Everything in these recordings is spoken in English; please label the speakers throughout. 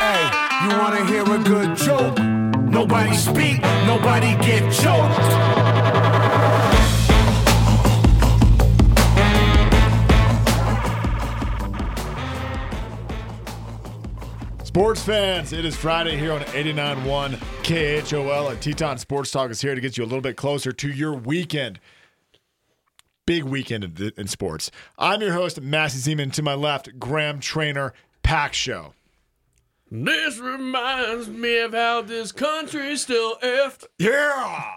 Speaker 1: You wanna hear a good joke? Nobody speak, nobody get choked.
Speaker 2: Sports fans, it is Friday here on 89.1 KHOL and Teton Sports Talk is here to get you a little bit closer to your weekend. Big weekend in, in sports. I'm your host, Massey Zeman. To my left, Graham Trainer, Pack Show.
Speaker 3: This reminds me of how this country's still effed.
Speaker 2: Yeah.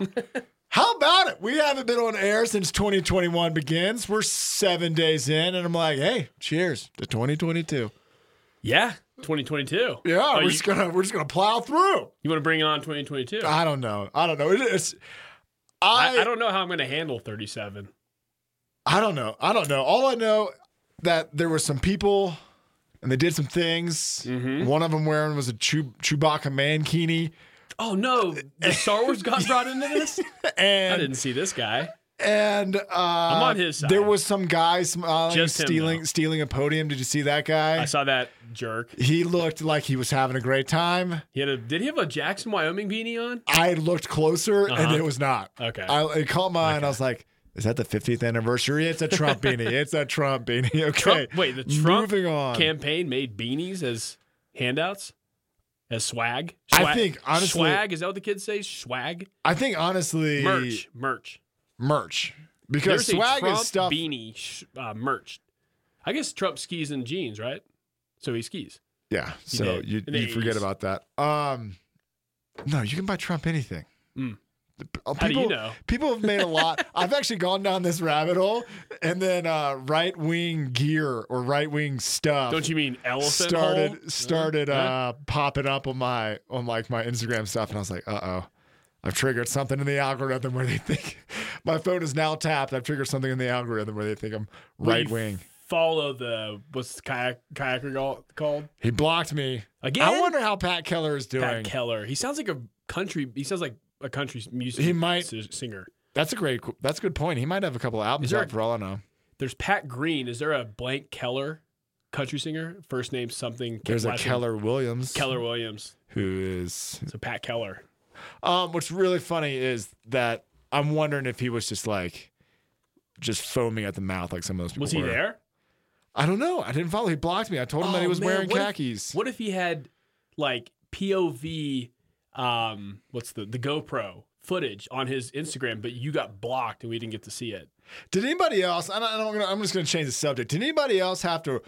Speaker 2: How about it? We haven't been on air since 2021 begins. We're seven days in, and I'm like, hey, cheers to 2022.
Speaker 3: Yeah, 2022.
Speaker 2: Yeah,
Speaker 3: Oh,
Speaker 2: we're
Speaker 3: you,
Speaker 2: just gonna we're just gonna plow through.
Speaker 3: want to bring on 2022? I,
Speaker 2: I don't know. I don't know. It is. I,
Speaker 3: I, don't know how I'm going to handle 37.
Speaker 2: I don't know. I don't know. All I know that there were some people and they did some things.
Speaker 3: Mm-hmm.
Speaker 2: One of them wearing was a Chew- Chewbacca mankini,
Speaker 3: Oh no, the Star Wars got brought into this. I
Speaker 2: and
Speaker 3: didn't see this guy.
Speaker 2: and uh, I'm
Speaker 3: on his side.
Speaker 2: There was some guy smiling,
Speaker 3: Just him,
Speaker 2: stealing
Speaker 3: though.
Speaker 2: stealing a podium. Did you see that
Speaker 3: I
Speaker 2: guy?
Speaker 3: saw that jerk.
Speaker 2: He looked like he was having a great time.
Speaker 3: He had a. Did he have a Jackson, Wyoming beanie on?
Speaker 2: I looked closer, and
Speaker 3: Uh-huh.
Speaker 2: it was not.
Speaker 3: Okay.
Speaker 2: I it caught my eye, and I was like. Is that the 50th anniversary? It's a Trump beanie. It's a Trump beanie. Okay.
Speaker 3: Trump, wait, the Trump
Speaker 2: Moving on.
Speaker 3: campaign made beanies as handouts, as swag.
Speaker 2: I
Speaker 3: Swag-
Speaker 2: think, honestly-
Speaker 3: swag is that what the kids say? Swag,
Speaker 2: I think honestly,
Speaker 3: merch, merch.
Speaker 2: merch because
Speaker 3: There's
Speaker 2: swag
Speaker 3: a Trump
Speaker 2: is stuff.
Speaker 3: beanie sh- uh, merch. I guess Trump skis in jeans, right? So he skis.
Speaker 2: Yeah,
Speaker 3: He
Speaker 2: so
Speaker 3: did.
Speaker 2: you
Speaker 3: In the
Speaker 2: you forget
Speaker 3: 80s.
Speaker 2: about that. Um, no, you can buy Trump anything.
Speaker 3: Mm.
Speaker 2: The p- uh, People,
Speaker 3: How do you know?
Speaker 2: People have made a lot. I've actually gone down this rabbit hole, and then uh, right wing gear or right wing stuff.
Speaker 3: Don't you mean elephant
Speaker 2: started
Speaker 3: hole?
Speaker 2: started
Speaker 3: Yeah.
Speaker 2: uh, popping up on my on like my Instagram stuff, and I was like, uh oh. I've triggered something in the algorithm where they think my phone is now tapped. I've triggered something in the algorithm where they think I'm
Speaker 3: We
Speaker 2: right wing.
Speaker 3: Follow the what's the kayak kayaker gal- called
Speaker 2: He blocked me.
Speaker 3: again?
Speaker 2: I wonder how Pat Keller is doing.
Speaker 3: Pat Keller. He sounds like a country. He sounds like a country music.
Speaker 2: He might-
Speaker 3: si- singer.
Speaker 2: That's a great. That's a good point. He might have a couple of albums
Speaker 3: Is there
Speaker 2: out
Speaker 3: a-
Speaker 2: for all I know.
Speaker 3: There's Pat Green. Is there a blank Keller country singer? First name something.
Speaker 2: There's a
Speaker 3: last name
Speaker 2: Keller Williams,
Speaker 3: Keller Williams.
Speaker 2: who is.
Speaker 3: So Pat Keller.
Speaker 2: Um, what's really funny is that I'm wondering if he was just like, just foaming at the mouth like some of those people.
Speaker 3: Was he
Speaker 2: were.
Speaker 3: there?
Speaker 2: I don't know. I didn't follow. He blocked me. I told him that he
Speaker 3: Oh,
Speaker 2: was
Speaker 3: man,
Speaker 2: wearing
Speaker 3: what if-
Speaker 2: khakis.
Speaker 3: what if he had like POV, um, what's the the GoPro footage on his Instagram, but you got blocked and we didn't get to see it.
Speaker 2: Did anybody else? I don't, I don't, gonna- I'm just going to change the subject. Did anybody else have to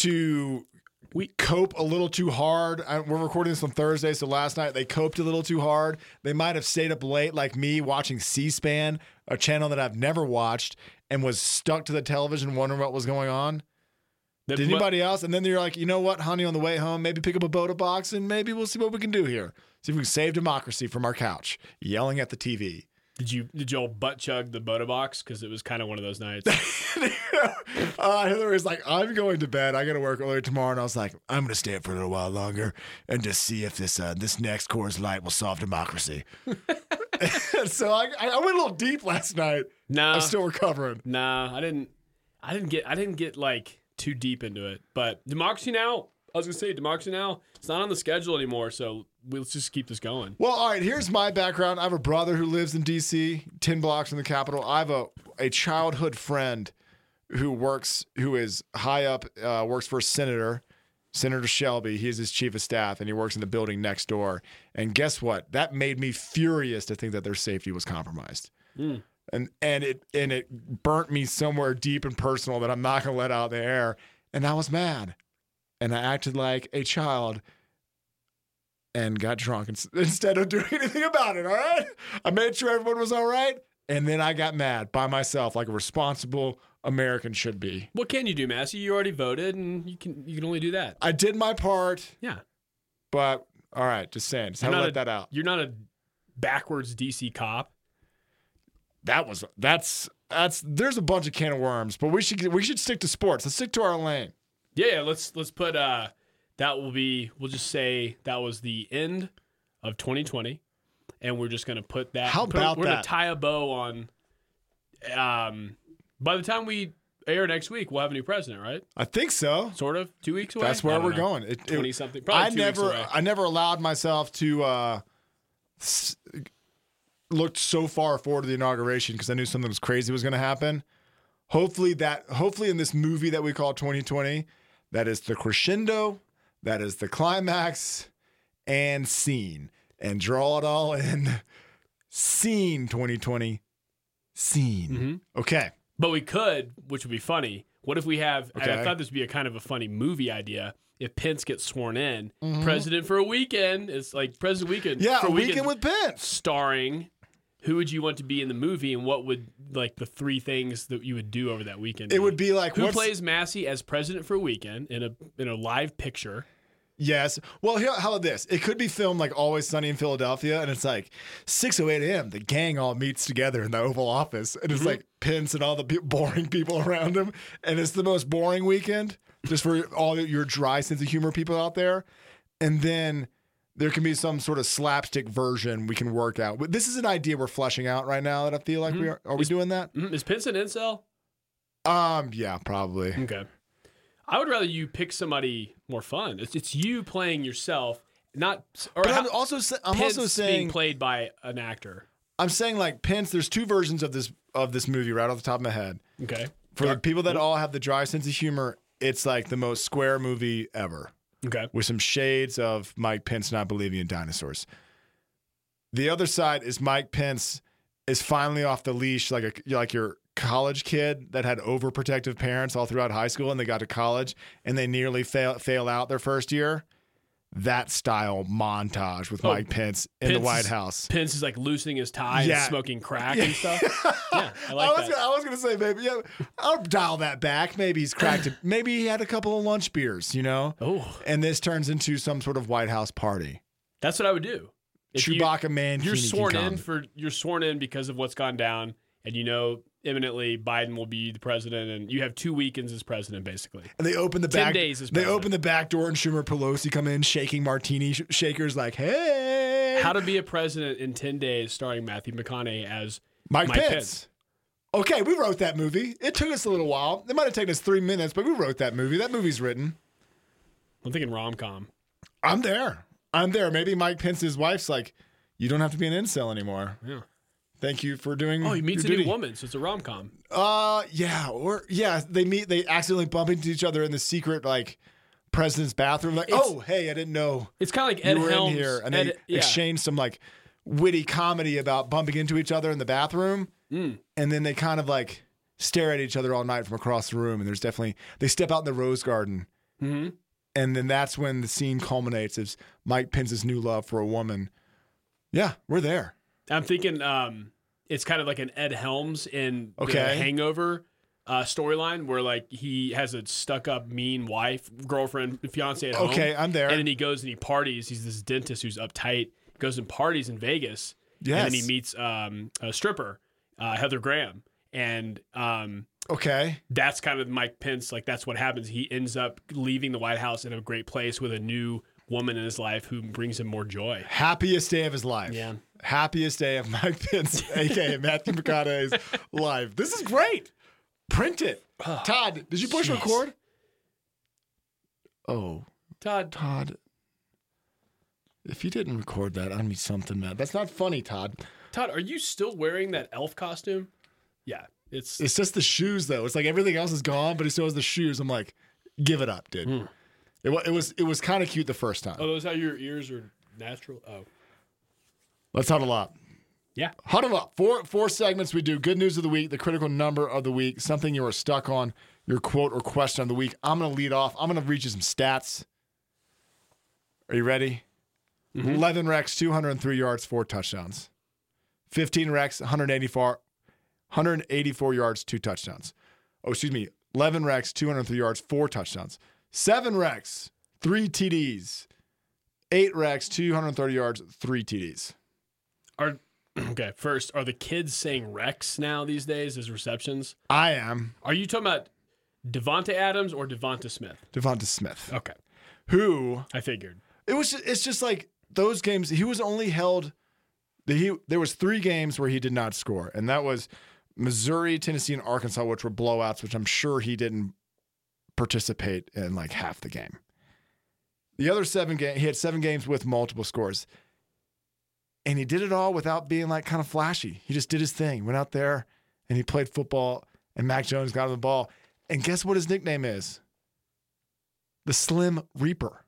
Speaker 2: to
Speaker 3: We-
Speaker 2: cope a little too hard? I, we're recording this on Thursday, so last night they coped a little too hard. They might have stayed up late, like me, watching C-SPAN, a channel that I've never watched, and was stuck to the television wondering what was going on.
Speaker 3: That-
Speaker 2: Did anybody else? And then you're like, you know what, honey, on the way home, maybe pick up a Boda box and maybe we'll see what we can do here. See if we can save democracy from our couch, yelling at the TV.
Speaker 3: did you did y'all butt chug the Boda box because it was kind of one of those nights?
Speaker 2: uh, Hillary was like, I'm going to bed. I got to work early tomorrow. And I was like, I'm going to stay up for a little while longer and just see if this uh, this next Coors Light will solve democracy. so I, I went a little deep last night.
Speaker 3: nah,
Speaker 2: I'm still recovering.
Speaker 3: nah, I didn't. I didn't get. I didn't get like too deep into it. But democracy now. I was gonna say democracy now. It's not on the schedule anymore, so we, let's just keep this going.
Speaker 2: Well, all right, here's my background. I have a brother who lives in D.C., 10 blocks from the Capitol. I have a, a childhood friend who works, who is high up, uh, works for a senator, Senator Shelby. He is his chief of staff, and he works in the building next door. And guess what? That made me furious to think that their safety was compromised.
Speaker 3: Mm.
Speaker 2: And, and it and it burnt me somewhere deep and personal that I'm not gonna let out in the air. And I was mad. And I acted like a child and got drunk ins- instead of doing anything about it. All right. I made sure everyone was all right. And then I got mad by myself, like a responsible American should be.
Speaker 3: What can you do, Massey? You already voted, and you can you can only do that.
Speaker 2: I did my part,
Speaker 3: Yeah.
Speaker 2: but all right, just saying. Just had
Speaker 3: You're
Speaker 2: to
Speaker 3: not
Speaker 2: let
Speaker 3: a-
Speaker 2: that out.
Speaker 3: You're not a backwards DC cop.
Speaker 2: That was that's that's there's a bunch of can of worms, but we should we should stick to sports. Let's stick to our lane.
Speaker 3: Yeah, yeah, let's let's put uh that will be we'll just say that was the end of 2020 and we're just going to put that
Speaker 2: How
Speaker 3: put a-
Speaker 2: about
Speaker 3: we're going
Speaker 2: that?
Speaker 3: to tie a bow on um by the time we air next week, we'll have a new president, right?
Speaker 2: I think so.
Speaker 3: Sort of. Two weeks away.
Speaker 2: That's
Speaker 3: I
Speaker 2: where
Speaker 3: don't
Speaker 2: we're
Speaker 3: know.
Speaker 2: going. It- it-
Speaker 3: 20 something. Probably
Speaker 2: I
Speaker 3: two
Speaker 2: never,
Speaker 3: Weeks away.
Speaker 2: I never allowed myself to uh, s- look so far forward to the inauguration because I knew something was crazy was going to happen. Hopefully that, hopefully in this movie that we call 2020, that is the crescendo, that is the climax, and scene, and draw it all in. Scene 2020, scene.
Speaker 3: Mhm.
Speaker 2: Okay.
Speaker 3: But we could, which would be funny. What if we have? And
Speaker 2: Okay.
Speaker 3: I thought this would be a kind of a funny movie idea. If Pence gets sworn in, president for a weekend, it's like president weekend.
Speaker 2: Mm-hmm. Yeah,
Speaker 3: for
Speaker 2: a weekend with Pence.
Speaker 3: starring. Who would you want to be in the movie, and what would like the three things that you would do over that weekend? be?
Speaker 2: It would be like
Speaker 3: who
Speaker 2: what's-
Speaker 3: plays Massey as president for a weekend in a in a live picture.
Speaker 2: Yes. Well, here, how about this? It could be filmed like Always Sunny in Philadelphia, and it's like 6:08 a.m. The gang all meets together in the Oval Office, and
Speaker 3: Mm-hmm.
Speaker 2: it's like Pence and all the pe- boring people around him, and it's the most boring weekend just for all your dry sense of humor people out there. And then there can be some sort of slapstick version we can work out. But This is an idea we're fleshing out right now that I feel like we are. Are we doing that?
Speaker 3: Mhm. Mm-hmm. Is Pence an incel?
Speaker 2: Um. Yeah. Probably.
Speaker 3: Okay. I would rather you pick somebody more fun. It's, it's you playing yourself, not or
Speaker 2: But
Speaker 3: how-
Speaker 2: I'm also sa- I'm
Speaker 3: Pence
Speaker 2: also
Speaker 3: being
Speaker 2: saying
Speaker 3: played by an actor.
Speaker 2: I'm saying like Pence. There's two versions of this of this movie right off the top of my head.
Speaker 3: Okay.
Speaker 2: For the people that all have the dry sense of humor, it's like the most square movie ever,
Speaker 3: Okay.
Speaker 2: with some shades of Mike Pence not believing in dinosaurs. The other side is Mike Pence is finally off the leash, like a like your college kid that had overprotective parents all throughout high school, and they got to college and they nearly fail fail out their first year. That style montage with
Speaker 3: Oh,
Speaker 2: Mike Pence in the
Speaker 3: Pence
Speaker 2: White
Speaker 3: is-
Speaker 2: House.
Speaker 3: Pence is like loosening his tie
Speaker 2: Yeah.
Speaker 3: and smoking crack and stuff. Yeah, I like
Speaker 2: was
Speaker 3: that.
Speaker 2: Gonna, I was gonna say maybe yeah, I'll dial that back. Maybe he's cracked it. Maybe he had a couple of lunch beers, you know.
Speaker 3: Oh,
Speaker 2: And this turns into some sort of White House party.
Speaker 3: that's what I would do. If you-
Speaker 2: Chewbacca man,
Speaker 3: you're
Speaker 2: Keeney can
Speaker 3: sworn in
Speaker 2: come.
Speaker 3: for you're sworn in because of what's gone down, and you know imminently Biden will be the president, and you have two weekends as president basically.
Speaker 2: And they open the
Speaker 3: 10
Speaker 2: back.
Speaker 3: days is
Speaker 2: they
Speaker 3: president.
Speaker 2: open the back door, and Schumer Pelosi come in shaking martini sh- shakers, like, "Hey,
Speaker 3: How to be a president in ten days, starring Matthew McConaughey as
Speaker 2: Mike,
Speaker 3: Mike
Speaker 2: Pence.
Speaker 3: Pence.
Speaker 2: Okay, we wrote that movie. It took us a little while. It might have taken us three minutes, but we wrote that movie. That movie's written.
Speaker 3: I'm thinking rom com.
Speaker 2: I'm there. I'm there. Maybe Mike Pence's wife's like, you don't have to be an incel anymore.
Speaker 3: Yeah.
Speaker 2: Thank you for doing.
Speaker 3: Oh, he meets a
Speaker 2: your
Speaker 3: new
Speaker 2: duty.
Speaker 3: woman, so it's a rom com.
Speaker 2: Uh, yeah, or yeah, they meet. They accidentally bump into each other in the secret like president's bathroom. Like,
Speaker 3: It's-
Speaker 2: oh, hey, I didn't know
Speaker 3: It's kind of like
Speaker 2: you
Speaker 3: Ed
Speaker 2: were
Speaker 3: Helms.
Speaker 2: in here, and they
Speaker 3: Ed- yeah.
Speaker 2: exchange some like witty comedy about bumping into each other in the bathroom,
Speaker 3: Mm.
Speaker 2: and then they kind of like stare at each other all night from across the room. And there's definitely they step out in the rose garden,
Speaker 3: Mhm.
Speaker 2: and then that's when the scene culminates as Mike Pence's new love for a woman. Yeah, we're there.
Speaker 3: I'm thinking um, it's kind of like an Ed Helms in the
Speaker 2: Okay.
Speaker 3: Hangover uh, storyline, where like he has a stuck up, mean wife, girlfriend, fiance at home.
Speaker 2: Okay, I'm there.
Speaker 3: And then he goes and he parties. He's this dentist who's uptight. Goes and parties in Vegas. And then he
Speaker 2: Yes.
Speaker 3: meets um, a stripper, uh, Heather Graham, and um,
Speaker 2: Okay.
Speaker 3: that's kind of Mike Pence. Like that's what happens. He ends up leaving the White House in a great place with a new woman in his life who brings him more joy.
Speaker 2: Happiest day of his life.
Speaker 3: Yeah.
Speaker 2: Happiest day of Mike Pence, aka Matthew McConaughey's life. This is great. Print it. Todd, did you push
Speaker 3: Oh, jeez.
Speaker 2: record? Oh,
Speaker 3: Todd,
Speaker 2: Todd. If you didn't record that, I'd be something mad. That's not funny, Todd.
Speaker 3: Todd, are you still wearing that elf costume? Yeah, it's
Speaker 2: It's just the shoes, though. It's like everything else is gone, but he still has the shoes. I'm like, give it up, dude.
Speaker 3: Hmm.
Speaker 2: It, wa- it was it was kind of cute the first time.
Speaker 3: oh, those how your ears are natural. Oh,
Speaker 2: Let's huddle up.
Speaker 3: Yeah.
Speaker 2: Huddle up. Four four segments we do. Good news of the week, the critical number of the week, something you are stuck on, your quote or question of the week. I'm gonna lead off. I'm gonna read you some stats. Are you ready? 11 wrecks, 203 yards, four touchdowns. 15 wrecks, 184, 184 yards, two touchdowns. Oh, excuse me. 11 wrecks, 203 yards, four touchdowns. Seven wrecks, three TDs. Eight wrecks, 230 yards, three TDs.
Speaker 3: are okay. First, are the kids saying Rex now these days as receptions?
Speaker 2: I am
Speaker 3: Are you talking about Devonte Adams or Devonta Smith?
Speaker 2: Devonta Smith,
Speaker 3: Okay,
Speaker 2: who
Speaker 3: I figured.
Speaker 2: it was. It's just like those games. He was only held. He there was three games where he did not score, and that was Missouri, Tennessee, and Arkansas, which were blowouts, which I'm sure he didn't participate in like half the game. The other seven game, he had seven games with multiple scores, and he did it all without being like kind of flashy. He just did his thing, went out there, and he played football. And Mac Jones got him the ball, and guess what his nickname is? The Slim Reaper.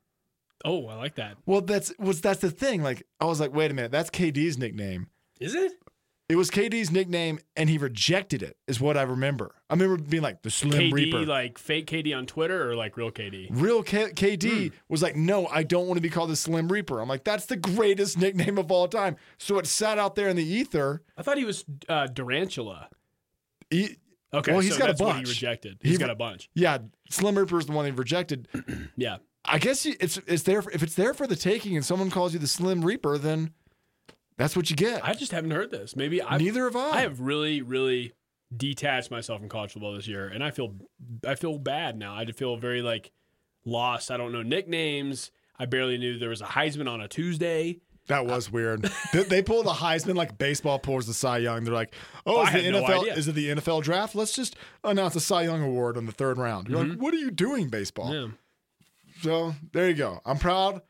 Speaker 3: Oh, I like that.
Speaker 2: Well, that's was that's the thing. Like I was like, wait a minute, that's KD's nickname.
Speaker 3: Is it?
Speaker 2: It was KD's nickname, and he rejected it. Is what I remember. I remember being like the Slim
Speaker 3: KD,
Speaker 2: Reaper.
Speaker 3: like fake KD on Twitter or like real KD?
Speaker 2: Real K- KD
Speaker 3: Hmm.
Speaker 2: was like, no, I don't want to be called the Slim Reaper. I'm like, that's the greatest nickname of all time. So it sat out there in the ether.
Speaker 3: I thought he was uh, Durantula.
Speaker 2: He-
Speaker 3: Okay,
Speaker 2: Well, he's
Speaker 3: so
Speaker 2: got a
Speaker 3: that's what
Speaker 2: bunch.
Speaker 3: he rejected.
Speaker 2: He
Speaker 3: He's
Speaker 2: re-
Speaker 3: got a bunch.
Speaker 2: yeah, Slim Reaper is the one they rejected.
Speaker 3: Yeah.
Speaker 2: I guess you- it's it's there for, if it's there for the taking, and someone calls you the Slim Reaper, then that's what you get.
Speaker 3: I just haven't heard this. Maybe I've,
Speaker 2: Neither have I.
Speaker 3: I have really, really detached myself from college football this year, and I feel I feel bad now. I just feel very like lost. I don't know nicknames. I barely knew there was a Heisman on a Tuesday.
Speaker 2: That was weird. they, they pulled a Heisman like baseball pulls the Cy Young. They're like, "Oh,
Speaker 3: I
Speaker 2: is the
Speaker 3: had no
Speaker 2: NFL
Speaker 3: idea.
Speaker 2: is it the NFL draft? Let's just announce a Cy Young award on the third round." You're like, "What are you doing, baseball?"
Speaker 3: Yeah.
Speaker 2: So there you go. I'm proud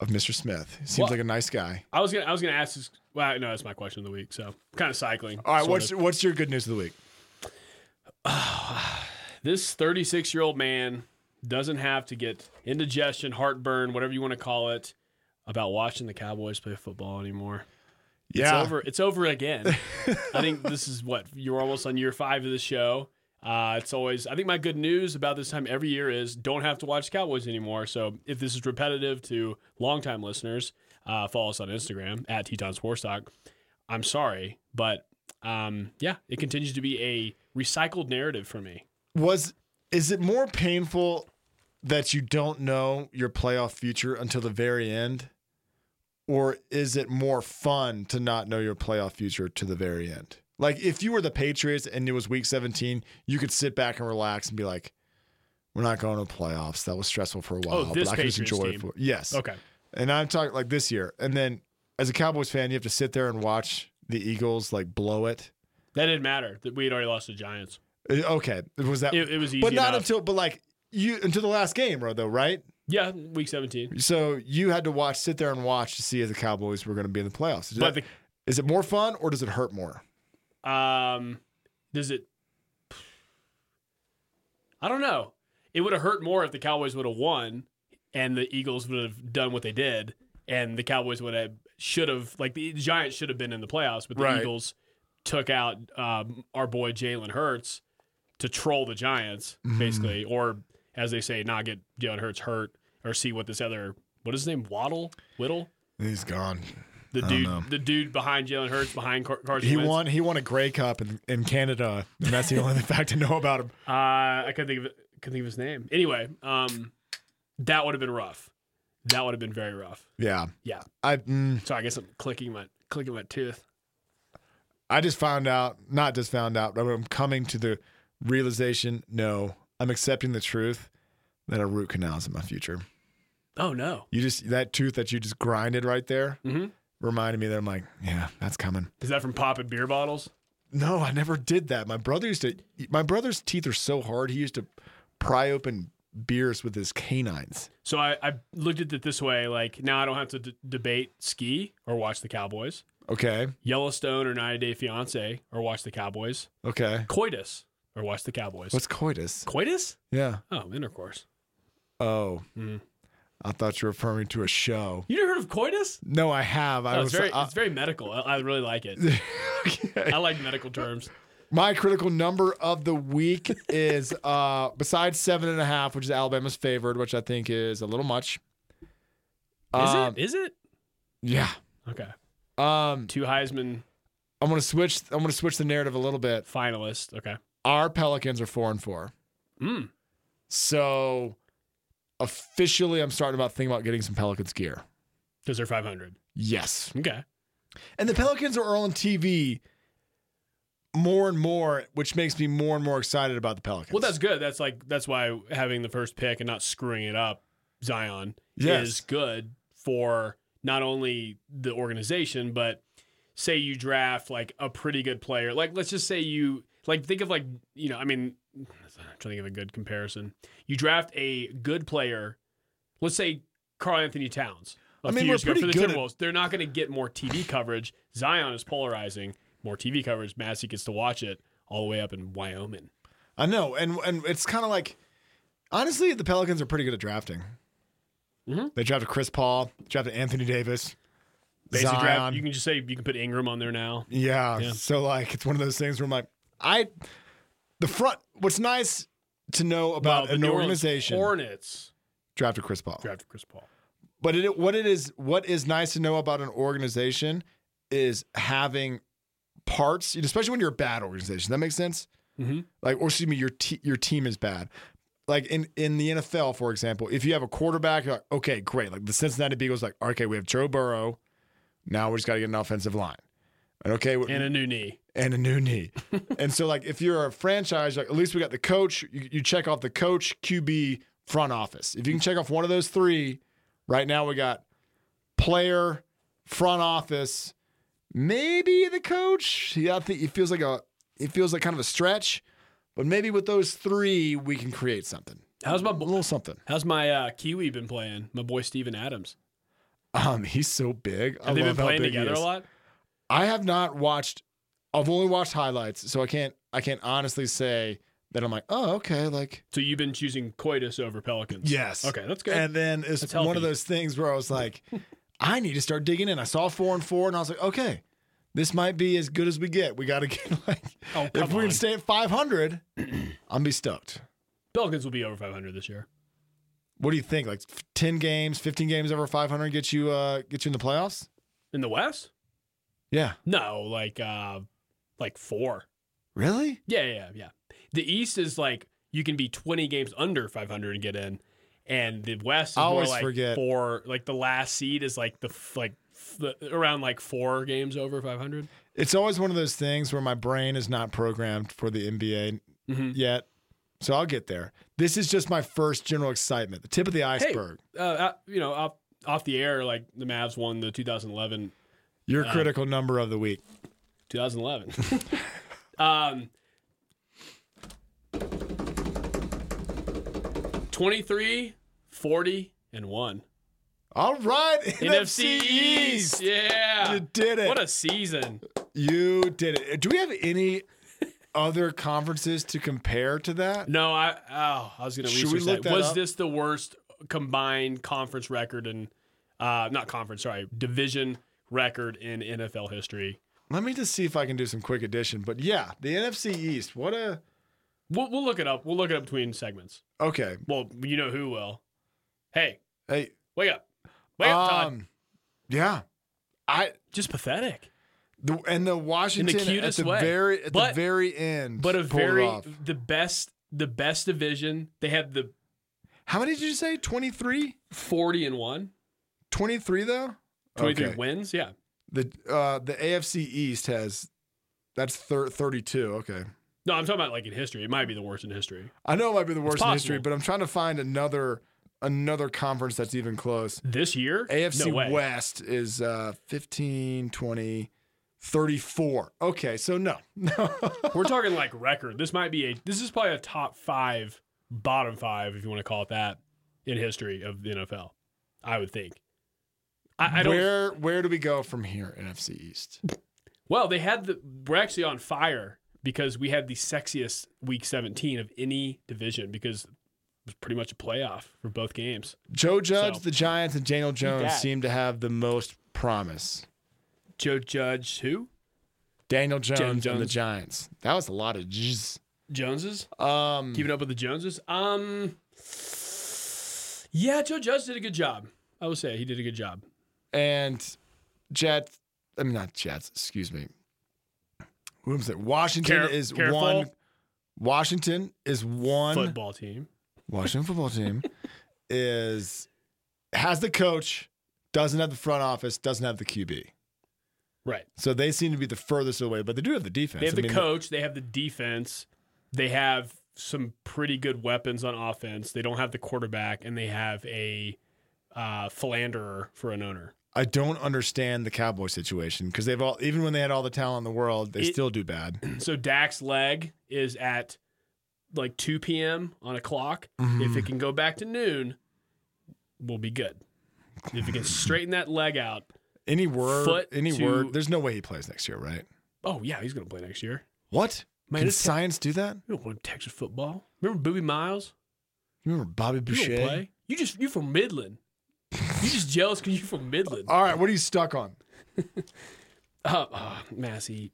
Speaker 2: of Mr. Smith. He seems
Speaker 3: Well-
Speaker 2: like a nice guy.
Speaker 3: I was gonna I was gonna ask this. Well, no, that's my question of the week. So kind of cycling.
Speaker 2: All right,
Speaker 3: sort
Speaker 2: what's
Speaker 3: of.
Speaker 2: what's your good news of the week?
Speaker 3: this 36 year old man doesn't have to get indigestion, heartburn, whatever you want to call it, about watching the Cowboys play football anymore. It's over. It's over again. I think this is what you're almost on year five of the show. Uh, it's always. I think my good news about this time every year is don't have to watch Cowboys anymore. So if this is repetitive to longtime listeners, uh, follow us on Instagram at Teton Sports Talk. I'm sorry, but um, yeah, it continues to be a recycled narrative for me.
Speaker 2: Was is it more painful that you don't know your playoff future until the very end, or is it more fun to not know your playoff future to the very end? Like if you were the Patriots and it was Week 17, you could sit back and relax and be like, "We're not going to the playoffs. That was stressful for a while,
Speaker 3: Oh, this
Speaker 2: but I can just
Speaker 3: Patriots
Speaker 2: enjoy
Speaker 3: team.
Speaker 2: it." For, yes.
Speaker 3: Okay.
Speaker 2: And I'm talking like this year. And then as a Cowboys fan, you have to sit there and watch the Eagles like blow it.
Speaker 3: That didn't matter that we had already lost to the Giants.
Speaker 2: Uh, Okay, was that?
Speaker 3: It, it was easy.
Speaker 2: but not
Speaker 3: enough.
Speaker 2: until but like you until the last game, bro. Though, right?
Speaker 3: yeah, week 17.
Speaker 2: So you had to watch, sit there and watch to see if the Cowboys were going to be in the playoffs. Is,
Speaker 3: But
Speaker 2: that- is it more fun or does it hurt more?
Speaker 3: the um, does it? I don't know. It would have hurt more if the Cowboys would have won, and the Eagles would have done what they did, and the Cowboys would have should have like the Giants should have been in the playoffs, but the
Speaker 2: Right.
Speaker 3: Eagles took out um, our boy Jalen Hurts to troll the Giants,
Speaker 2: Mm-hmm.
Speaker 3: basically, or as they say, not get Jalen Hurts hurt or see what this other what is his name Waddle Whittle.
Speaker 2: He's gone.
Speaker 3: The dude, the dude behind Jalen Hurts, behind Car- Carson
Speaker 2: He
Speaker 3: Wentz.
Speaker 2: won. He won a Grey Cup in, in Canada, and that's the only fact I know about him.
Speaker 3: Uh, I couldn't think of it, couldn't think of his name. Anyway, um, that would have been rough. That would have been very rough.
Speaker 2: Yeah,
Speaker 3: Yeah.
Speaker 2: I mm,
Speaker 3: So I guess I'm clicking my clicking my tooth.
Speaker 2: I just found out, not just found out, but I'm coming to the realization. No, I'm accepting the truth that a root canal is in my future.
Speaker 3: Oh no!
Speaker 2: You just that tooth that you just grinded right there
Speaker 3: Mhm.
Speaker 2: reminded me that I'm like, yeah, that's coming.
Speaker 3: Is that from popping beer bottles?
Speaker 2: No, I never did that. My brother used to. My brother's teeth are so hard. He used to pry open beers with his canines.
Speaker 3: So I, I looked at it this way. Like now I don't have to d- debate ski or watch the Cowboys,
Speaker 2: Okay,
Speaker 3: Yellowstone or 90 Day Fiance or watch the Cowboys,
Speaker 2: okay.
Speaker 3: coitus or watch the Cowboys.
Speaker 2: What's coitus?
Speaker 3: coitus?
Speaker 2: Yeah.
Speaker 3: Oh, intercourse.
Speaker 2: Oh,
Speaker 3: Mhm.
Speaker 2: I thought you were referring to a show.
Speaker 3: You never heard of coitus?
Speaker 2: No, I have. I
Speaker 3: Oh,
Speaker 2: was. uh,
Speaker 3: it's very
Speaker 2: I-
Speaker 3: it's very medical. I, I really like it.
Speaker 2: okay.
Speaker 3: I like medical terms.
Speaker 2: My critical number of the week is uh, besides seven and a half, which is Alabama's favored, which I think is a little much.
Speaker 3: Is
Speaker 2: Um,
Speaker 3: it? Is it?
Speaker 2: Yeah.
Speaker 3: Okay.
Speaker 2: Um,
Speaker 3: Two Heisman
Speaker 2: I'm gonna switch. I'm gonna switch the narrative a little bit.
Speaker 3: finalists. Okay.
Speaker 2: Our Pelicans are four and four.
Speaker 3: Mm.
Speaker 2: So officially, I'm starting about thinking about getting some Pelicans gear.
Speaker 3: Because they're 500.
Speaker 2: Yes,
Speaker 3: Okay.
Speaker 2: and the Pelicans are on TV more and more, which makes me more and more excited about the Pelicans.
Speaker 3: Well, that's good. That's like, that's why having the first pick and not screwing it up, Zion,
Speaker 2: Yes.
Speaker 3: is good for not only the organization, but say you draft like a pretty good player. Like let's just say you like think of like you know I mean I'm trying to think of a good comparison. You draft a good player. Let's say Carl Anthony Towns. A
Speaker 2: I
Speaker 3: few
Speaker 2: mean,
Speaker 3: years
Speaker 2: we're
Speaker 3: ago for the
Speaker 2: pretty good at-
Speaker 3: Timberwolves, they're not going to get more TV coverage. Zion is polarizing. More TV coverage. Massey gets to watch it all the way up in Wyoming.
Speaker 2: I know, and and it's kind of like, honestly, the Pelicans are pretty good at drafting.
Speaker 3: Mhm.
Speaker 2: They drafted Chris Paul, drafted Anthony Davis,
Speaker 3: Basic
Speaker 2: Zion.
Speaker 3: draft. You can just say you can put Ingram on there now.
Speaker 2: yeah.
Speaker 3: Yeah.
Speaker 2: so like it's one of those things where I'm like, I, the front. What's nice to know about
Speaker 3: Well, the
Speaker 2: an
Speaker 3: Uh, New Orleans
Speaker 2: organization
Speaker 3: Hornets
Speaker 2: drafted Chris Paul,
Speaker 3: drafted Chris Paul.
Speaker 2: but it, what it is, what is nice to know about an organization is having parts, especially when you're a bad organization. That makes sense.
Speaker 3: Mm-hmm.
Speaker 2: like or excuse me your te- your team is bad like in in the NFL for example if you have a quarterback you're like okay great like the Cincinnati Bengals like okay we have Joe Burrow now we just got to get an offensive line and okay w-
Speaker 3: And a new knee.
Speaker 2: and a new knee and so like if you're a franchise like at least we got the coach you, you check off the coach QB front office if you can check off one of those three right now we got player front office maybe the coach yeah I think it feels like a it feels like kind of a stretch but maybe with those three we can create something
Speaker 3: How's my
Speaker 2: a
Speaker 3: bo-
Speaker 2: little something
Speaker 3: How's my uh, Kiwi been playing? My boy Steven Adams.
Speaker 2: um he's so big I
Speaker 3: Have they been
Speaker 2: love how
Speaker 3: playing
Speaker 2: big he
Speaker 3: together a
Speaker 2: is.
Speaker 3: lot?
Speaker 2: I have not watched. I've only watched highlights, so I can't. I can't honestly say that I'm like, oh, okay, like
Speaker 3: So you've been choosing coitus over pelicans.
Speaker 2: yes,
Speaker 3: Okay, that's good.
Speaker 2: And then it's
Speaker 3: That's
Speaker 2: one
Speaker 3: healthy.
Speaker 2: of those things where I was like, I need to start digging in. I saw four and four, and I was like, okay, this might be as good as we get. We got to get like,
Speaker 3: oh come
Speaker 2: if we
Speaker 3: on.
Speaker 2: can stay at 500, I'm be stoked.
Speaker 3: pelicans will be over 500 this year.
Speaker 2: What do you think? Like 10 games, 15 games over 500 get you uh get you in the playoffs?
Speaker 3: In the West?
Speaker 2: Yeah.
Speaker 3: No, like uh, like four.
Speaker 2: Really?
Speaker 3: Yeah, yeah, yeah. The East is like you can be 20 games under 500 and get in, and the West is
Speaker 2: I
Speaker 3: more
Speaker 2: always
Speaker 3: like
Speaker 2: forget.
Speaker 3: four. Like the last seed is like the f- like f- the, around like four games over 500.
Speaker 2: It's always one of those things where my brain is not programmed for the NBA
Speaker 3: Mhm.
Speaker 2: yet. So I'll get there. This is just my first general excitement, the tip of the iceberg.
Speaker 3: Uh, uh, you know, off, off the air, like the Mavs won the 2011
Speaker 2: Your
Speaker 3: uh,
Speaker 2: critical number of the week.
Speaker 3: 2011. um, 23, 40, and 1.
Speaker 2: All right,
Speaker 3: NFC East. Yeah.
Speaker 2: You did it.
Speaker 3: What a season.
Speaker 2: you did it. Do we have any other conferences to compare to that?
Speaker 3: No, I oh, I was going to
Speaker 2: Should we
Speaker 3: research
Speaker 2: look that
Speaker 3: Was
Speaker 2: up?
Speaker 3: this the worst combined conference record in uh not conference, sorry, division record in NFL history?
Speaker 2: Let me just see if I can do some quick addition. But yeah, the NFC East. What a
Speaker 3: We'll, we'll look it up. We'll look it up between segments.
Speaker 2: okay.
Speaker 3: Well, you know who will. Hey,
Speaker 2: Hey,
Speaker 3: wake up. Wake up, Todd.
Speaker 2: um, yeah, I
Speaker 3: Just pathetic.
Speaker 2: the, and the Washington
Speaker 3: cutest
Speaker 2: at the
Speaker 3: way.
Speaker 2: very at
Speaker 3: But-
Speaker 2: the very end,
Speaker 3: But a
Speaker 2: pulled it
Speaker 3: very
Speaker 2: off.
Speaker 3: the best the best division. They have the
Speaker 2: How many did you say? 23?
Speaker 3: 40 and 1,
Speaker 2: 23 though?
Speaker 3: 23
Speaker 2: Okay.
Speaker 3: wins. Yeah.
Speaker 2: The uh the AFC East has that's thir- 32. Okay.
Speaker 3: No, I'm talking about like in history. It might be the worst in history.
Speaker 2: I know it might be the worst in history,
Speaker 3: possible.
Speaker 2: but I'm trying to find another another conference that's even close.
Speaker 3: This year?
Speaker 2: AFC
Speaker 3: no way.
Speaker 2: West is uh 15, 20, 34. Okay, so no. No.
Speaker 3: We're talking like record. This might be a this is probably a top 5, bottom 5 if you want to call it that in history of the NFL. I would think. I, I don't
Speaker 2: where where do we go from here NFC East?
Speaker 3: Well, they had the we're actually on fire because we had the sexiest week 17 of any division because it was pretty much a playoff for both games.
Speaker 2: Joe Judge,
Speaker 3: So-
Speaker 2: the Giants and Daniel Jones
Speaker 3: that.
Speaker 2: seem to have the most promise.
Speaker 3: Joe Judge who?
Speaker 2: Daniel Jones, and the
Speaker 3: Jones.
Speaker 2: Giants. That was a lot of G's.
Speaker 3: Joneses?
Speaker 2: Um
Speaker 3: Keeping up with the Joneses? Um Yeah, Joe Judge did a good job. I will say he did a good job.
Speaker 2: and Jets. I mean, not Jets. Excuse me. Who was it? Washington
Speaker 3: Care-
Speaker 2: is
Speaker 3: careful.
Speaker 2: one. Washington is one.
Speaker 3: Football team.
Speaker 2: Washington football team is has the coach, doesn't have the front office, doesn't have the QB.
Speaker 3: Right.
Speaker 2: So they seem to be the furthest away, but they do have the defense.
Speaker 3: They have
Speaker 2: I
Speaker 3: the
Speaker 2: mean,
Speaker 3: coach, they have the defense, they have some pretty good weapons on offense. They don't have the quarterback and they have a uh, philanderer for an owner.
Speaker 2: I don't understand the Cowboy situation because they've all, even when they had all the talent in the world, they
Speaker 3: It-
Speaker 2: still do bad.
Speaker 3: So Dak's leg is at like 2 p.m. on a clock. If it can go back to noon, we'll be good. If it can straighten that leg out,
Speaker 2: Any word,
Speaker 3: Foot
Speaker 2: any
Speaker 3: to-
Speaker 2: word. There's no way he plays next year, right?
Speaker 3: oh yeah, he's gonna play next year.
Speaker 2: What?
Speaker 3: Man,
Speaker 2: Can
Speaker 3: it's-
Speaker 2: science do that?
Speaker 3: You don't play Texas football. Remember Booby Miles?
Speaker 2: You remember Bobby
Speaker 3: You
Speaker 2: Boucher?
Speaker 3: don't play. You just you from Midland. You just jealous because you from Midland.
Speaker 2: All right, what are you stuck on?
Speaker 3: Uh, uh, Massey,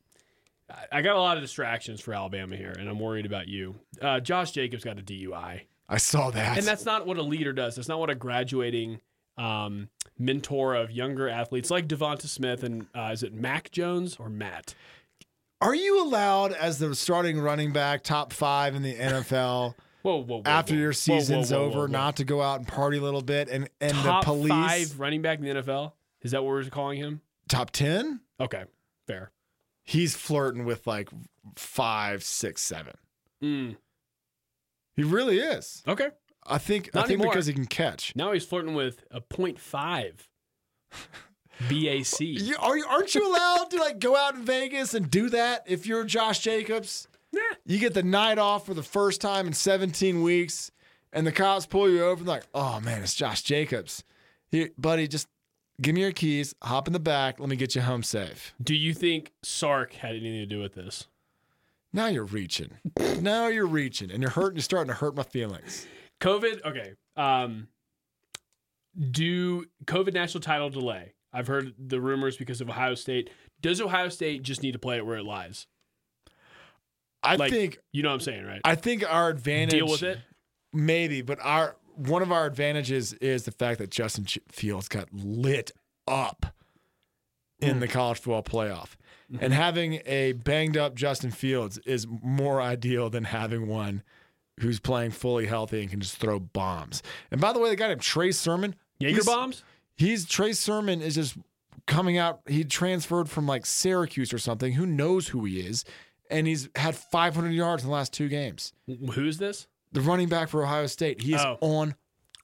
Speaker 3: I- I got a lot of distractions for Alabama here, and I'm worried about you. Uh, Josh Jacobs got a DUI,
Speaker 2: I saw that.
Speaker 3: and that's not what a leader does. That's not what a graduating um, mentor of younger athletes like Devonta Smith and uh, is it Mac Jones or Matt?
Speaker 2: are you allowed as the starting running back, top five in the NFL,
Speaker 3: Whoa, whoa, whoa
Speaker 2: after
Speaker 3: whoa.
Speaker 2: your
Speaker 3: Whoa,
Speaker 2: season's
Speaker 3: whoa, whoa,
Speaker 2: over,
Speaker 3: whoa, whoa.
Speaker 2: not to go out and party a little bit and and
Speaker 3: top
Speaker 2: the police
Speaker 3: five running back in the NFL? Is that what we're calling him?
Speaker 2: top ten?
Speaker 3: Okay, fair.
Speaker 2: He's flirting with like five, six, seven.
Speaker 3: Mm,
Speaker 2: He really is.
Speaker 3: okay,
Speaker 2: I think. I
Speaker 3: Not
Speaker 2: think
Speaker 3: anymore.
Speaker 2: because he can catch.
Speaker 3: now he's flirting with a point five. BAC.
Speaker 2: You, are you, aren't you allowed to like go out in Vegas and do that if you're Josh Jacobs?
Speaker 3: Nah.
Speaker 2: You get the night off for the first time in 17 weeks, and the cops pull you over and like, oh man, it's Josh Jacobs. Here, buddy, just give me your keys, hop in the back, let me get you home safe.
Speaker 3: Do you think Sark had anything to do with this?
Speaker 2: Now you're reaching. now you're reaching, and you're hurting. You're starting to hurt my feelings.
Speaker 3: COVID, okay. Um, do COVID national title delay? I've heard the rumors because of Ohio State. Does Ohio State just need to play it where it lies?
Speaker 2: I
Speaker 3: Like-
Speaker 2: think.
Speaker 3: You know what I'm saying, right?
Speaker 2: I think our advantage.
Speaker 3: Deal with it.
Speaker 2: Maybe, but our one of our advantages is the fact that Justin Ch- Fields got lit up in the college football playoff. And having a banged up Justin Fields is more ideal than having one who's playing fully healthy and can just throw bombs. And by the way, the guy named Trey Sermon,
Speaker 3: Jaeger
Speaker 2: he's-
Speaker 3: bombs?
Speaker 2: He's Trey Sermon is just coming out. He transferred from like Syracuse or something. Who knows who he is? And he's had 500 yards in the last two games
Speaker 3: Wh- Who is this?
Speaker 2: the running back for Ohio State. He is
Speaker 3: Oh.
Speaker 2: on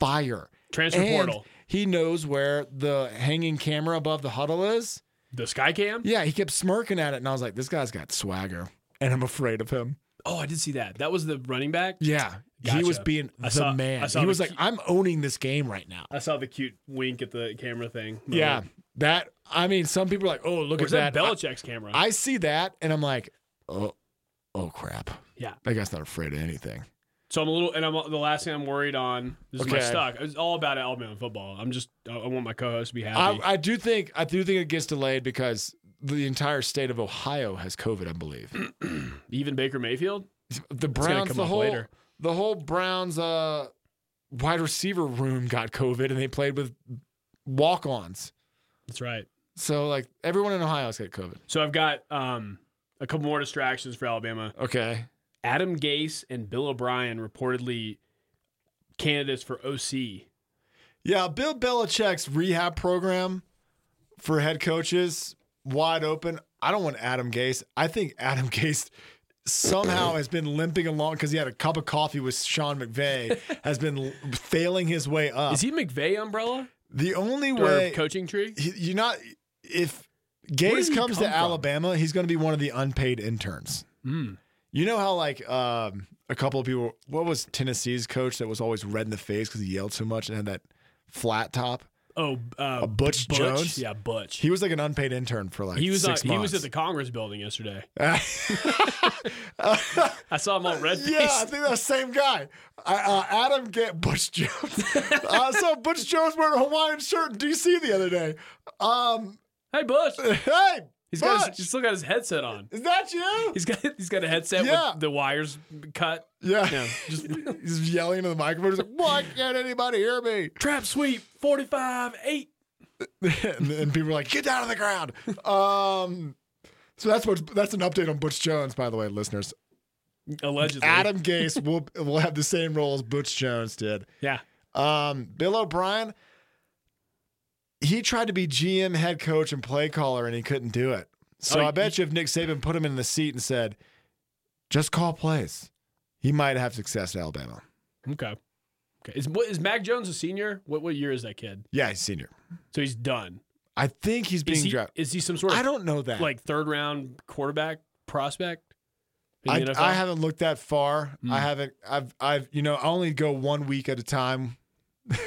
Speaker 2: fire.
Speaker 3: Transfer
Speaker 2: And
Speaker 3: portal.
Speaker 2: He knows where the hanging camera above the huddle is.
Speaker 3: The Skycam?
Speaker 2: Yeah, he kept smirking at it, and I was like, "This guy's got swagger," and I'm afraid of him.
Speaker 3: Oh, I did see that. That was the running back.
Speaker 2: Yeah, he
Speaker 3: Gotcha.
Speaker 2: was being
Speaker 3: I
Speaker 2: the
Speaker 3: saw- I
Speaker 2: man.
Speaker 3: saw
Speaker 2: He
Speaker 3: the
Speaker 2: was
Speaker 3: key-
Speaker 2: like, "I'm owning this game right now."
Speaker 3: I saw the cute wink at the camera thing.
Speaker 2: Yeah, that. I mean, some people are like, "Oh, look
Speaker 3: Was
Speaker 2: at
Speaker 3: that
Speaker 2: that."
Speaker 3: Belichick's camera?
Speaker 2: I, I see that, and I'm like, "Oh, oh crap."
Speaker 3: Yeah.
Speaker 2: that guy's not afraid of anything.
Speaker 3: So I'm a little, and I'm the last thing I'm worried on. This is my
Speaker 2: Okay.
Speaker 3: stock. It's all about Alabama football. I'm just, I I want my co-host to be happy.
Speaker 2: I, I do think I do think it gets delayed because the entire state of Ohio has COVID, I believe.
Speaker 3: Even Baker Mayfield.
Speaker 2: the
Speaker 3: gonna
Speaker 2: Browns,
Speaker 3: come
Speaker 2: the
Speaker 3: up
Speaker 2: whole
Speaker 3: later.
Speaker 2: the whole Browns uh, wide receiver room got COVID, and they played with walk ons.
Speaker 3: That's right.
Speaker 2: So like everyone in Ohio's got COVID.
Speaker 3: So I've got um, a couple more distractions for Alabama.
Speaker 2: Okay,
Speaker 3: Adam Gase and Bill O'Brien reportedly candidates for OC.
Speaker 2: yeah, Bill Belichick's rehab program for head coaches wide open. I don't want Adam Gase. I think Adam Gase somehow has been limping along because he had a cup of coffee with Sean McVay, has been l- failing his way up.
Speaker 3: Is he McVay umbrella
Speaker 2: the only
Speaker 3: or
Speaker 2: way
Speaker 3: coaching tree?
Speaker 2: he, you're not if
Speaker 3: Where did
Speaker 2: Gaze
Speaker 3: he
Speaker 2: comes
Speaker 3: come
Speaker 2: to
Speaker 3: from?
Speaker 2: Alabama, he's going to be one of the unpaid interns.
Speaker 3: Mm.
Speaker 2: You know how like um, a couple of people. What was Tennessee's coach that was always red in the face because he yelled so much and had that flat top?
Speaker 3: Oh, uh,
Speaker 2: A Butch Jones?
Speaker 3: Yeah, Butch.
Speaker 2: He was like an unpaid intern for like
Speaker 3: He was on,
Speaker 2: six
Speaker 3: he was at
Speaker 2: months.
Speaker 3: the Congress building yesterday.
Speaker 2: the.
Speaker 3: I saw him all red faced.
Speaker 2: Yeah, I think that's the same guy. I, uh, Adam get Butch Jones. I saw Butch Jones wearing a Hawaiian shirt in D.C. the other day. Um,
Speaker 3: Hey, Butch.
Speaker 2: hey,
Speaker 3: He's got
Speaker 2: Butch,
Speaker 3: his, he's still got his headset on.
Speaker 2: is that you?
Speaker 3: He's got he's got a headset
Speaker 2: Yeah.
Speaker 3: with the wires cut.
Speaker 2: Yeah.
Speaker 3: Yeah, just
Speaker 2: He's yelling into the microphone. He's like, why can't anybody hear me?
Speaker 3: trap sweep forty five eight.
Speaker 2: and, and people are like, get down on the ground. Um, so that's what that's an update on Butch Jones, by the way, listeners.
Speaker 3: Allegedly,
Speaker 2: Adam Gase will will have the same role as Butch Jones did.
Speaker 3: Yeah,
Speaker 2: Um, Bill O'Brien, he tried to be GM, head coach, and play caller, and he couldn't do it. So
Speaker 3: Oh,
Speaker 2: I bet you if Nick Saban put him in the seat and said, just call plays, he might have success at Alabama.
Speaker 3: Okay. Okay. Is what is Mac Jones a senior? What what year is that kid?
Speaker 2: Yeah, he's senior.
Speaker 3: So he's done.
Speaker 2: I think he's being
Speaker 3: Is he,
Speaker 2: drafted.
Speaker 3: is he some sort of
Speaker 2: I don't know that.
Speaker 3: like third round quarterback prospect? in the
Speaker 2: I,
Speaker 3: NFL?
Speaker 2: I haven't looked that far.
Speaker 3: Hmm.
Speaker 2: I haven't. I've. I've. You know, I only go one week at a time.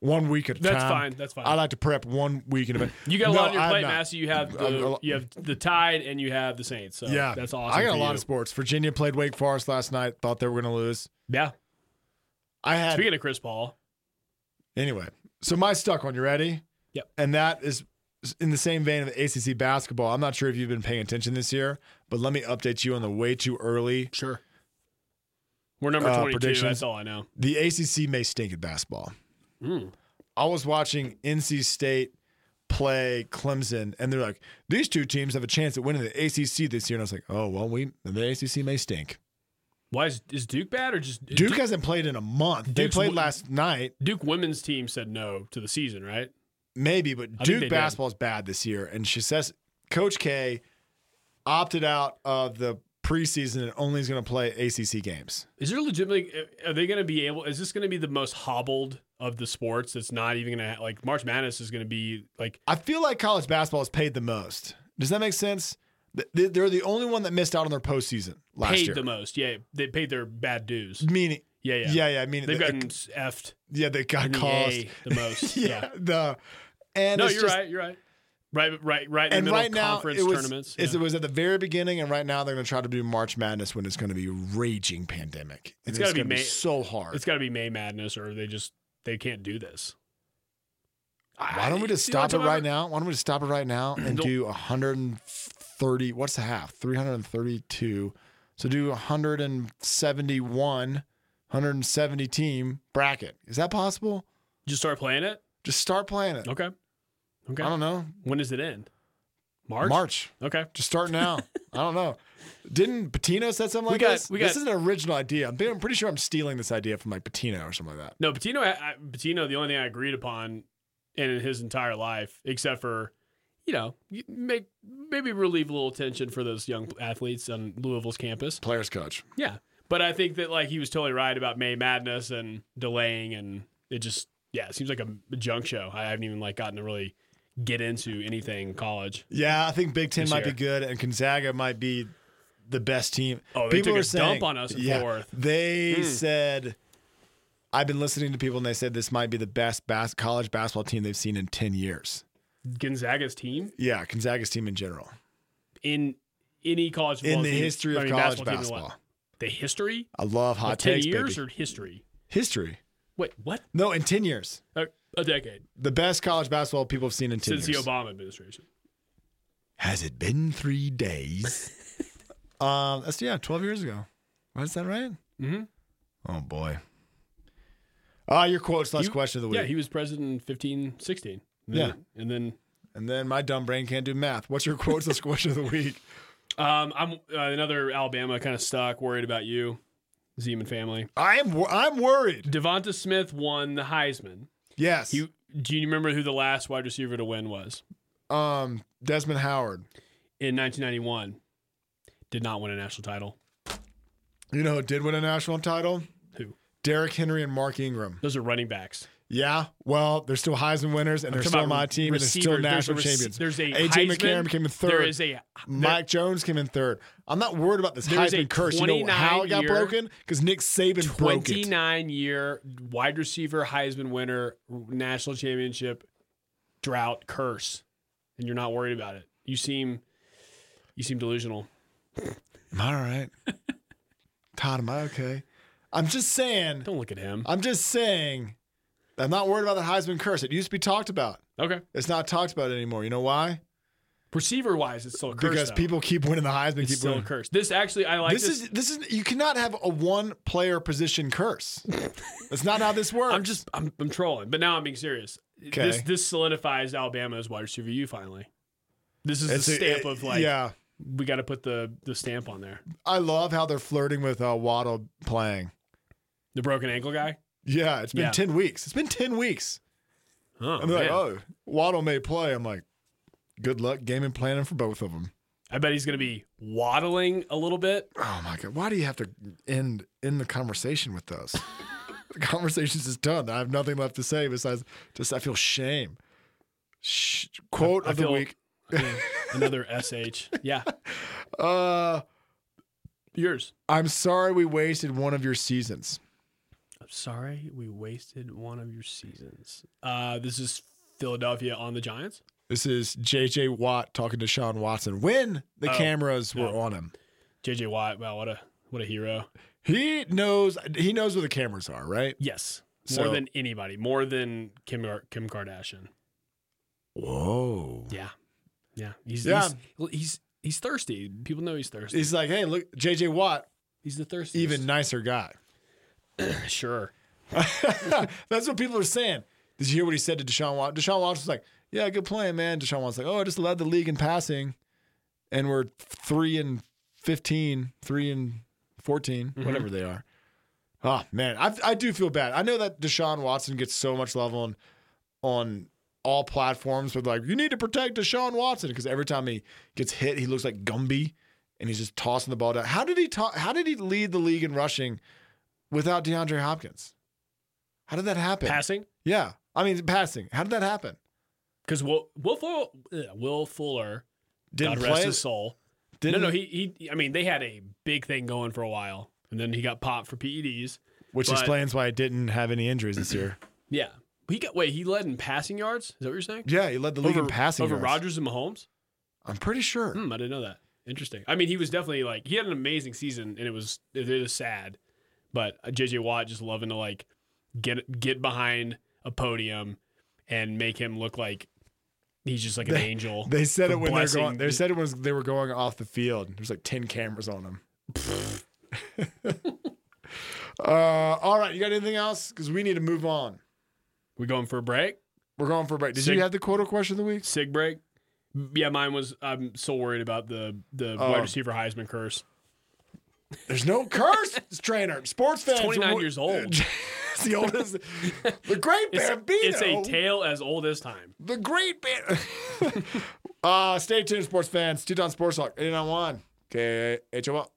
Speaker 2: one week at a
Speaker 3: That's
Speaker 2: time.
Speaker 3: fine. That's fine.
Speaker 2: I like to prep one week in a
Speaker 3: you got a
Speaker 2: No,
Speaker 3: lot on your
Speaker 2: I'm
Speaker 3: plate,
Speaker 2: not.
Speaker 3: Massey. You have
Speaker 2: I'm a
Speaker 3: the
Speaker 2: lot-
Speaker 3: you have the Tide and you have the Saints. So
Speaker 2: yeah,
Speaker 3: that's awesome.
Speaker 2: I got
Speaker 3: for
Speaker 2: a lot
Speaker 3: you.
Speaker 2: of sports. Virginia played Wake Forest last night. Thought they were going to lose.
Speaker 3: Yeah.
Speaker 2: I had
Speaker 3: Speaking of Chris Paul,
Speaker 2: anyway. So my stuck one. You ready?
Speaker 3: Yep.
Speaker 2: And that is in the same vein of ACC basketball. I'm not sure if you've been paying attention this year, but let me update you on the way too early.
Speaker 3: sure. We're number
Speaker 2: Uh,
Speaker 3: 22.
Speaker 2: predictions?
Speaker 3: That's all I know.
Speaker 2: The ACC may stink at basketball.
Speaker 3: Mm.
Speaker 2: I was watching NC State play Clemson, and they're like, these two teams have a chance at winning the ACC this year. And I was like, oh, well, we the ACC may stink.
Speaker 3: Why is, is Duke bad or just
Speaker 2: Duke hasn't played in a month. they
Speaker 3: Duke's
Speaker 2: played
Speaker 3: w-
Speaker 2: last night,
Speaker 3: Duke women's team said no to the season, right?
Speaker 2: maybe, but
Speaker 3: think they
Speaker 2: Duke
Speaker 3: did.
Speaker 2: basketball is bad this year. And she says Coach K opted out of the preseason and only is going to play ACC games.
Speaker 3: Is there legitimately are they going to be able? Is this going to be the most hobbled of the sports? That's not even going to like March Madness is going to be like
Speaker 2: I feel like college basketball is paid the most. Does that make sense? Th- th- They're the only one that missed out on their postseason last
Speaker 3: paid
Speaker 2: year.
Speaker 3: the most. Yeah, they paid their bad dues.
Speaker 2: Meaning,
Speaker 3: Yeah, yeah,
Speaker 2: yeah, yeah. I mean,
Speaker 3: They've
Speaker 2: the-
Speaker 3: gotten effed
Speaker 2: Yeah, they got
Speaker 3: in the
Speaker 2: cost.
Speaker 3: A the most.
Speaker 2: yeah,
Speaker 3: yeah.
Speaker 2: the and
Speaker 3: No,
Speaker 2: it's
Speaker 3: you're
Speaker 2: just-
Speaker 3: right. You're right. Right, right, right. In the
Speaker 2: And
Speaker 3: middle
Speaker 2: right
Speaker 3: of
Speaker 2: now,
Speaker 3: conference
Speaker 2: it was,
Speaker 3: tournaments.
Speaker 2: it's-
Speaker 3: yeah.
Speaker 2: it was at the very beginning, and right now they're going to try to do March Madness when it's going to be raging pandemic. And
Speaker 3: It's gotta be
Speaker 2: gonna
Speaker 3: May-
Speaker 2: so hard.
Speaker 3: it's got to be May Madness, or they just they can't do this.
Speaker 2: Why don't we just
Speaker 3: You know what
Speaker 2: stop it
Speaker 3: I'm talking
Speaker 2: right
Speaker 3: about?
Speaker 2: now? Why don't we just stop it right now and
Speaker 3: Don't-
Speaker 2: do 130? What's the half? 332. So do 171, 170 team bracket. Is that possible?
Speaker 3: Just start playing it.
Speaker 2: Just start playing it.
Speaker 3: Okay. Okay.
Speaker 2: I don't know.
Speaker 3: When does it end? March.
Speaker 2: March.
Speaker 3: Okay.
Speaker 2: Just start now. I don't know. Didn't Patino said something
Speaker 3: We
Speaker 2: like
Speaker 3: got-
Speaker 2: this?
Speaker 3: we
Speaker 2: this
Speaker 3: got-
Speaker 2: is an original idea. I'm, being, I'm pretty sure I'm stealing this idea from like Patino or something like that.
Speaker 3: No, Patino. I, I, Patino. The only thing I agreed upon in his entire life, except for you know, you make maybe relieve a little tension for those young athletes on Louisville's campus.
Speaker 2: Players coach.
Speaker 3: Yeah, but I think that like he was totally right about May Madness and delaying, and it just yeah, it seems like a junk show. I haven't even like gotten to really get into anything college.
Speaker 2: Yeah, I think Big Ten
Speaker 3: This
Speaker 2: might
Speaker 3: year.
Speaker 2: be good, and Gonzaga might be the best team.
Speaker 3: Oh, they
Speaker 2: people
Speaker 3: took
Speaker 2: were
Speaker 3: a
Speaker 2: saying,
Speaker 3: dump on us at
Speaker 2: yeah,
Speaker 3: Fort Worth. Hmm.
Speaker 2: They said, I've been listening to people, and they said this might be the best bas- college basketball team they've seen in 10 years.
Speaker 3: Gonzaga's team
Speaker 2: Yeah, Gonzaga's team in general.
Speaker 3: in any college
Speaker 2: In
Speaker 3: football
Speaker 2: the
Speaker 3: team-
Speaker 2: history
Speaker 3: I
Speaker 2: of
Speaker 3: mean,
Speaker 2: college
Speaker 3: team in what?
Speaker 2: basketball.
Speaker 3: The history,
Speaker 2: I love
Speaker 3: of
Speaker 2: hot
Speaker 3: ten
Speaker 2: takes,
Speaker 3: years
Speaker 2: baby.
Speaker 3: or history?
Speaker 2: History.
Speaker 3: Wait, what?
Speaker 2: No, in 10 years.
Speaker 3: A, a decade
Speaker 2: The best college basketball people have seen in 10
Speaker 3: since
Speaker 2: years.
Speaker 3: the Obama administration.
Speaker 2: Has it been three days? um, that's yeah, twelve years ago. Was that right?
Speaker 3: Mm-hmm.
Speaker 2: Oh boy. Ah, your quote slash
Speaker 3: You-
Speaker 2: question of the week,
Speaker 3: Yeah, he was president in 15, 16. And
Speaker 2: Yeah.
Speaker 3: then- and then
Speaker 2: and then my dumb brain can't do math. What's your quote slash question of the week?
Speaker 3: um, I'm uh, another Alabama kind of stuck, worried about you, Zeman family.
Speaker 2: I am wor- I'm worried.
Speaker 3: Devonta Smith won the Heisman.
Speaker 2: Yes,
Speaker 3: He, do you remember who the last wide receiver to win was
Speaker 2: um, Desmond Howard.
Speaker 3: in 1991? Did not win a national title.
Speaker 2: You know who did win a national title?
Speaker 3: Who?
Speaker 2: Derrick Henry and Mark Ingram.
Speaker 3: Those are running backs.
Speaker 2: Yeah, well, they're still Heisman winners, and they're
Speaker 3: Talking
Speaker 2: still
Speaker 3: about
Speaker 2: my
Speaker 3: re-
Speaker 2: team, and they're still
Speaker 3: receivers. There's a
Speaker 2: national
Speaker 3: rec-
Speaker 2: champions.
Speaker 3: There's a
Speaker 2: AJ
Speaker 3: Heisman.
Speaker 2: McCarron became a third.
Speaker 3: There is a there-
Speaker 2: Mike Jones came in third. I'm not worried about this
Speaker 3: There is a
Speaker 2: Heisman curse. You know how it got
Speaker 3: 29-year
Speaker 2: broken? Because Nick Saban broke it.
Speaker 3: 29 year wide receiver Heisman winner national championship drought curse and you're not worried about it. You seem you seem delusional.
Speaker 2: Am I all right? Todd, am I okay? I'm just saying.
Speaker 3: Don't look at him.
Speaker 2: I'm just saying. I'm not worried about the Heisman curse. It used to be talked about.
Speaker 3: Okay.
Speaker 2: It's not talked about anymore. You know why?
Speaker 3: Receiver wise it's still a curse.
Speaker 2: because
Speaker 3: though.
Speaker 2: people keep winning the Heisman.
Speaker 3: it's
Speaker 2: keep
Speaker 3: still a
Speaker 2: winning.
Speaker 3: curse. This actually I like
Speaker 2: this, is this is you cannot have a one player position curse. That's not how this works.
Speaker 3: I'm just I'm, I'm trolling, but now I'm being serious. This
Speaker 2: Okay.
Speaker 3: this solidifies Alabama as wide receiver U finally. This is
Speaker 2: It's
Speaker 3: the
Speaker 2: a-
Speaker 3: stamp
Speaker 2: it-
Speaker 3: of like
Speaker 2: Yeah,
Speaker 3: we got to put the the stamp on there.
Speaker 2: I love how they're flirting with uh, Waddle playing.
Speaker 3: The broken ankle guy.
Speaker 2: Yeah, it's been
Speaker 3: Yeah.
Speaker 2: 10 weeks. It's been 10 weeks.
Speaker 3: Oh,
Speaker 2: I'm like,
Speaker 3: man.
Speaker 2: oh, Waddle may play. I'm like, good luck game and planning for both of them.
Speaker 3: I bet he's going to be waddling a little bit.
Speaker 2: Oh my God. Why do you have to end, end the conversation with those? the conversation's is done. I have nothing left to say besides just I feel shame. Sh- quote
Speaker 3: I
Speaker 2: of the
Speaker 3: feel-
Speaker 2: week.
Speaker 3: Okay, Another SH. Yeah.
Speaker 2: Uh,
Speaker 3: Yours.
Speaker 2: I'm sorry we wasted one of your seasons.
Speaker 3: I'm sorry we wasted one of your seasons. Uh, this is Philadelphia on the Giants.
Speaker 2: This is J.J. Watt talking to Sean Watson when the
Speaker 3: Oh,
Speaker 2: cameras were
Speaker 3: yeah.
Speaker 2: on him.
Speaker 3: JJ Watt. Wow, what a what a hero.
Speaker 2: He knows. He knows where the cameras are, right?
Speaker 3: Yes. More
Speaker 2: So-
Speaker 3: than anybody. More than Kim Gar- Kim Kardashian.
Speaker 2: Whoa.
Speaker 3: Yeah. Yeah. He's
Speaker 2: Yeah.
Speaker 3: He's, well, he's he's thirsty. People know he's thirsty.
Speaker 2: He's like, hey, look, J.J. Watt,
Speaker 3: He's the thirsty.
Speaker 2: even nicer guy.
Speaker 3: sure.
Speaker 2: That's what people are saying. Did you hear what he said to Deshaun Watson? Deshaun Watson was like, yeah, good plan, man. Deshaun Watson's like, oh, I just led the league in passing, and we're three and 15, three and 14, whatever they are. Oh man, I I do feel bad. I know that Deshaun Watson gets so much love on on all platforms, but like you need to protect Deshaun Watson because every time he gets hit, he looks like Gumby, and he's just tossing the ball down. How did he ta- How did he lead the league in rushing without DeAndre Hopkins? How did that happen?
Speaker 3: Passing.
Speaker 2: Yeah, I mean passing. How did that happen?
Speaker 3: Because Will Will Fuller, uh, Will Fuller
Speaker 2: Didn't
Speaker 3: God
Speaker 2: play.
Speaker 3: rest his soul.
Speaker 2: didn't,
Speaker 3: no, no, he he. I mean, they had a big thing going for a while, and then he got popped for E PEDs.
Speaker 2: which
Speaker 3: but-
Speaker 2: explains why I didn't have any injuries this year.
Speaker 3: Yeah, he got wait. He led in passing yards. Is that what you're saying?
Speaker 2: Yeah, he led the league
Speaker 3: over
Speaker 2: in passing
Speaker 3: over
Speaker 2: yards.
Speaker 3: Rodgers and Mahomes.
Speaker 2: I'm pretty sure.
Speaker 3: Hmm, I didn't know that. Interesting. I mean, he was definitely like he had an amazing season, and it was it is sad, but JJ Watt just loving to like get get behind a podium and make him look like he's just like an angel.
Speaker 2: They said
Speaker 3: The
Speaker 2: it when they're
Speaker 3: blessing-
Speaker 2: going. They said it when they were going off the field. There's like ten cameras on them. uh, all right, you got anything else? Because we need to move on.
Speaker 3: we going for a break?
Speaker 2: We're going for a break. Did
Speaker 3: Sig-
Speaker 2: you have the quote or question of the week?
Speaker 3: Sig break? Yeah, mine was. I'm so worried about the the
Speaker 2: Oh.
Speaker 3: wide receiver Heisman curse.
Speaker 2: There's no curse, trainer. Sports fans.
Speaker 3: 29 years old.
Speaker 2: it's the oldest. The great
Speaker 3: It's,
Speaker 2: Bambino.
Speaker 3: it's a tale as old as time.
Speaker 2: the great Bam. uh, stay tuned, sports fans. Teton Sports Talk, 891 KHOL.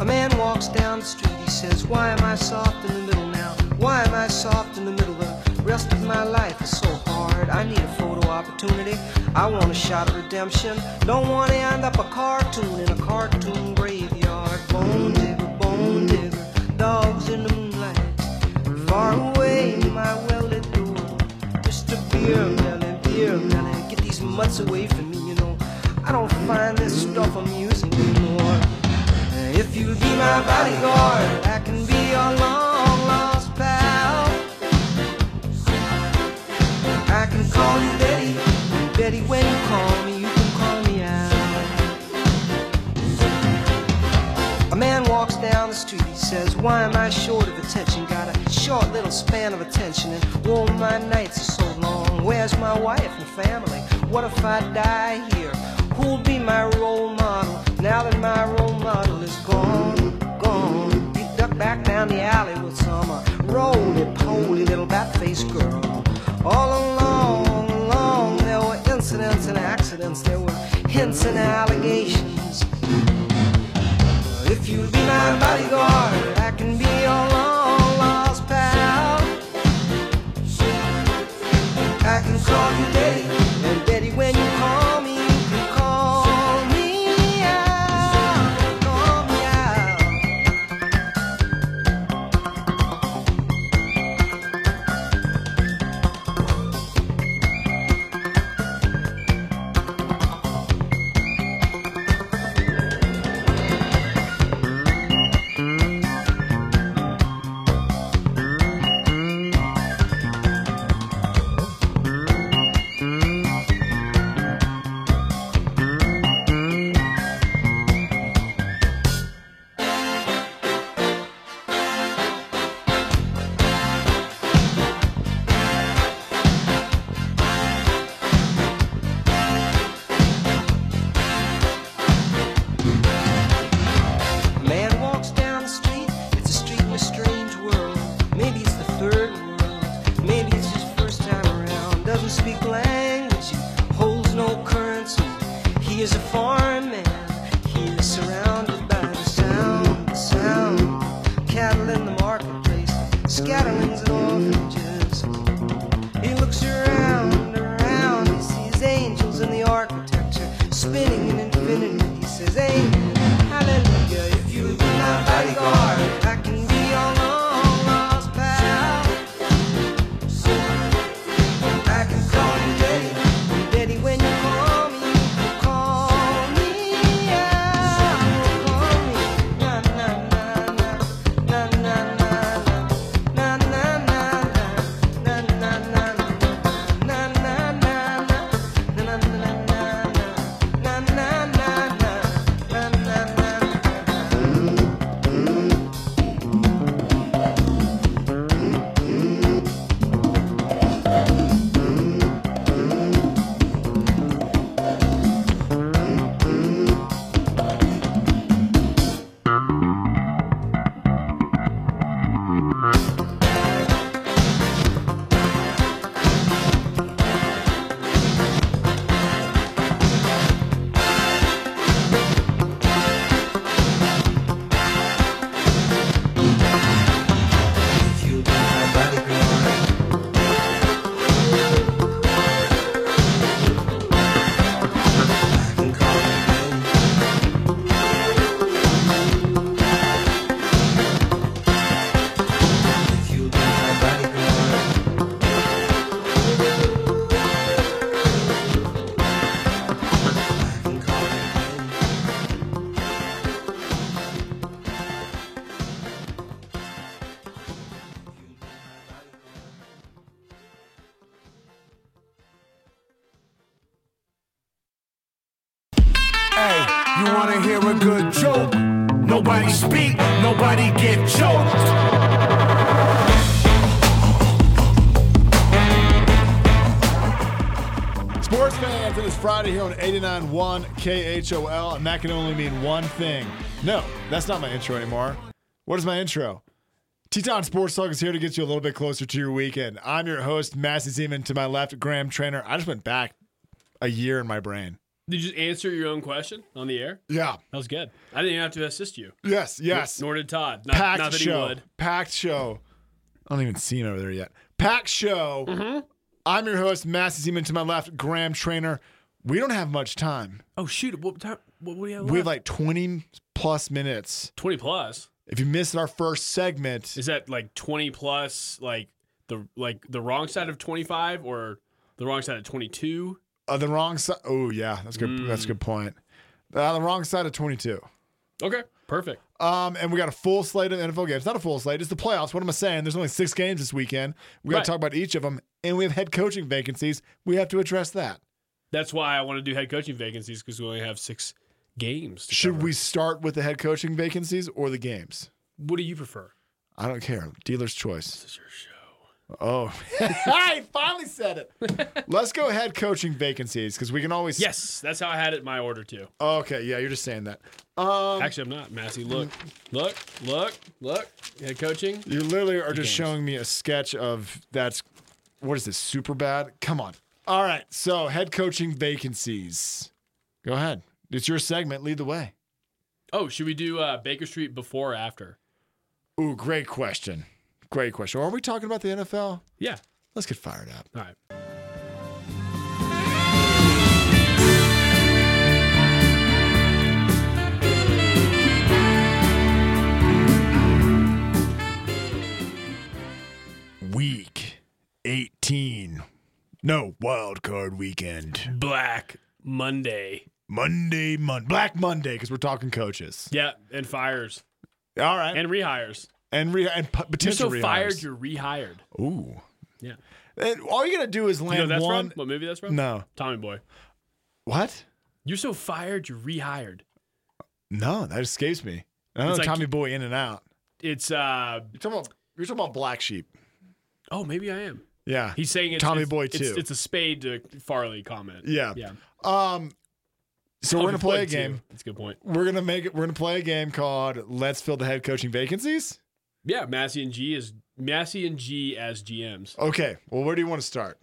Speaker 4: A man walks down the street, he says, Why am I soft in the middle now? Why am I soft in the middle? The rest of my life is so hard. I need a photo opportunity. I want a shot at redemption. Don't want to end up a cartoon in a cartoon graveyard. Bone digger, bone digger, dogs in the moonlight. Far away, my well-lit door. Just a beer melon, beer melon. Get these mutts away from me, you know. I don't find this stuff amusing anymore. If you be my bodyguard, I can be your long lost pal. I can call you Betty, and Betty when you call me, you can call me out. A man walks down the street, he says, Why am I short of attention? Got a short little span of attention, and all my nights are so long. Where's my wife and family? What if I die here? Who'll be my role model now that my role model is gone? Gone. He ducked back down the alley with some uh, roly-poly little bat-faced girl. All along, along, there were incidents and accidents, there were hints and allegations. If you'll be my bodyguard, I can be your long lost pal. I can call you Betty, and Betty, when you call me, you can call me out. Call me out. you, holds no currency. He is a foreign man, he is surrounded by the sound, the sound. Cattle in the marketplace, scatterings and orphanages. He looks around, around, he sees angels in the architecture, spinning in infinity. He says, Amen, hallelujah, if you be my bodyguard, I can be your long lost pal. I can call you daddy, daddy when you call me, call me out, call me, na na na na, na na na na, na na na na, na na na na, na na na na, na na na na, na na na na, na na na na. If you be my bodyguard, I can call you daddy. If you be my bodyguard, I can call you daddy.
Speaker 1: Hey, you wanna hear a good joke? Nobody speak, nobody get choked.
Speaker 2: Sports fans, it is Friday here on 89.1 KHOL, and that can only mean one thing. No, that's not my intro anymore. What is my intro? Teton Sports Talk is here to get you a little bit closer to your weekend. I'm your host, Massey Zeman. To my left, Graham Trainer. I just went back a year in my brain.
Speaker 3: Did you just answer your own question on the air?
Speaker 2: Yeah.
Speaker 3: That was good. I didn't even have to assist you.
Speaker 2: Yes. Yes.
Speaker 3: Nor did Todd. Not,
Speaker 2: packed
Speaker 3: not that
Speaker 2: show.
Speaker 3: he would.
Speaker 2: Packed show. I don't even see him over there yet. Packed show.
Speaker 3: Mm-hmm.
Speaker 2: I'm your host, Massey Zeman. To my left, Graham Trainer. We don't have much time.
Speaker 3: Oh shoot! What time? What, what do you have?
Speaker 2: We have like
Speaker 3: left?
Speaker 2: 20 plus minutes.
Speaker 3: twenty plus.
Speaker 2: If you missed our first segment,
Speaker 3: Is that like twenty plus? Like the like the wrong side of twenty five or the wrong side of twenty two?
Speaker 2: uh, the wrong side. Oh yeah, that's good.
Speaker 3: Mm.
Speaker 2: That's a good point. Uh, the wrong side of 22.
Speaker 3: Okay, perfect.
Speaker 2: Um, and we got a full slate of NFL games. Not a full slate. It's the playoffs. What am I saying? There's only six games this weekend. We got to
Speaker 3: Right.
Speaker 2: talk about each of them, and we have head coaching vacancies. We have to address that.
Speaker 3: That's why I want to do head coaching vacancies because we only have six games. to
Speaker 2: Should
Speaker 3: cover.
Speaker 2: we start with the head coaching vacancies or the games?
Speaker 3: What do you prefer?
Speaker 2: I don't care. Dealer's choice.
Speaker 3: It's your show.
Speaker 2: Oh, I finally said it. Let's go head coaching vacancies because we can always.
Speaker 3: Yes, that's how I had it in my order too.
Speaker 2: Okay. Yeah, you're just saying that. Um,
Speaker 3: Actually, I'm not, Massey. Look, look, look, look. Head coaching.
Speaker 2: You literally are just
Speaker 3: games.
Speaker 2: showing me a sketch of that's what is this super bad? Come on. All right. So head coaching vacancies. Go ahead. It's your segment. Lead the way.
Speaker 3: Oh, should we do uh, Baker Street before or after?
Speaker 2: Ooh, great question. Great question. Are we talking about the NFL?
Speaker 3: Yeah.
Speaker 2: Let's get fired up.
Speaker 3: All right.
Speaker 2: Week 18. No wild card weekend.
Speaker 3: Black Monday.
Speaker 2: Monday, Mon- Black Monday, because we're talking coaches.
Speaker 3: Yeah, and fires
Speaker 2: All right. And
Speaker 3: and rehires.
Speaker 2: and, re- and p-
Speaker 3: You're
Speaker 2: potential
Speaker 3: so fired,
Speaker 2: rehires.
Speaker 3: you're rehired.
Speaker 2: Ooh.
Speaker 3: Yeah.
Speaker 2: And all you gotta do is
Speaker 3: You
Speaker 2: land
Speaker 3: know that's
Speaker 2: one.
Speaker 3: from? What movie that's from?
Speaker 2: No.
Speaker 3: Tommy Boy.
Speaker 2: What?
Speaker 3: You're so fired, you're rehired.
Speaker 2: No, that escapes me. I know
Speaker 3: It's like-
Speaker 2: Tommy Boy in and out.
Speaker 3: It's uh
Speaker 2: You're talking about you're talking about black sheep.
Speaker 3: oh maybe I am.
Speaker 2: Yeah.
Speaker 3: He's saying it's
Speaker 2: Tommy
Speaker 3: it's-
Speaker 2: Boy
Speaker 3: it's,
Speaker 2: too.
Speaker 3: It's, a spade to Farley comment.
Speaker 2: Yeah.
Speaker 3: Yeah.
Speaker 2: um so we're
Speaker 3: Tommy
Speaker 2: gonna play
Speaker 3: Boy
Speaker 2: a
Speaker 3: too.
Speaker 2: game.
Speaker 3: That's a good point.
Speaker 2: We're gonna make it we're gonna play a game called Let's Fill the Head Coaching Vacancies.
Speaker 3: Yeah, Massey and G is Massey and G as GMs.
Speaker 2: Okay. Well, where do you want to start?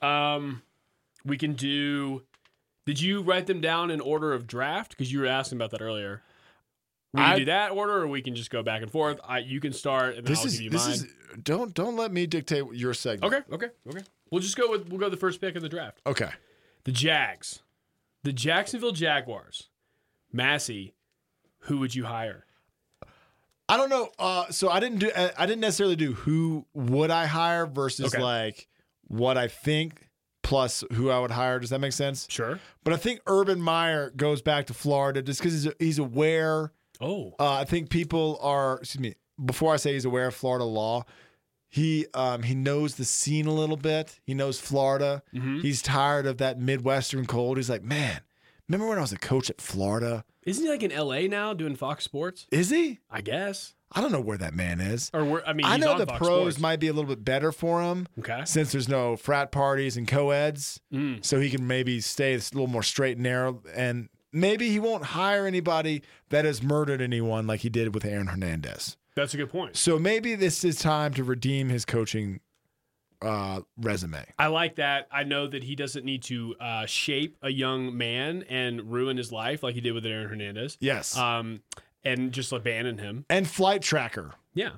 Speaker 3: Um, We can do. Did you write them down in order of draft? Because you were asking about that earlier. We can
Speaker 2: I-
Speaker 3: do that order, or we can just go back and forth. I, you can start, and then
Speaker 2: This
Speaker 3: I'll
Speaker 2: is
Speaker 3: give you
Speaker 2: this
Speaker 3: mine.
Speaker 2: is don't don't let me dictate your segment.
Speaker 3: Okay, okay, okay. We'll just go with we'll go the first pick of the draft.
Speaker 2: Okay.
Speaker 3: The Jags, the Jacksonville Jaguars. Massey, who would you hire?
Speaker 2: I don't know. Uh, so I didn't do. I I didn't necessarily do who would I hire versus
Speaker 3: Okay.
Speaker 2: like what I think plus who I would hire. Does that make sense?
Speaker 3: Sure.
Speaker 2: But I think Urban Meyer goes back to Florida just because he's, he's aware.
Speaker 3: Oh,
Speaker 2: Uh, I think people are. Excuse me. Before I say he's aware of Florida law, he um, he knows the scene a little bit. He knows Florida.
Speaker 3: Hmm. mm-hmm.
Speaker 2: He's tired of that Midwestern cold. He's like, man, remember when I was a coach at Florida?
Speaker 3: isn't he like in L.A. now doing Fox Sports?
Speaker 2: Is he?
Speaker 3: I guess.
Speaker 2: I don't know where that man is.
Speaker 3: Or where, I mean,
Speaker 2: I
Speaker 3: he's
Speaker 2: know
Speaker 3: on
Speaker 2: the
Speaker 3: Fox
Speaker 2: pros
Speaker 3: Sports.
Speaker 2: might be a little bit better for him
Speaker 3: Okay. Mm,
Speaker 2: since there's no frat parties and co-eds, so he can maybe stay a little more straight and narrow. And maybe he won't hire anybody that has murdered anyone like he did with Aaron Hernandez.
Speaker 3: That's a good point.
Speaker 2: So maybe this is time to redeem his coaching uh, resume.
Speaker 3: I like that. I know that he doesn't need to uh, shape a young man and ruin his life like he did with Aaron Hernandez.
Speaker 2: Yes,
Speaker 3: Um, and just abandon him.
Speaker 2: and flight tracker.
Speaker 3: Yeah.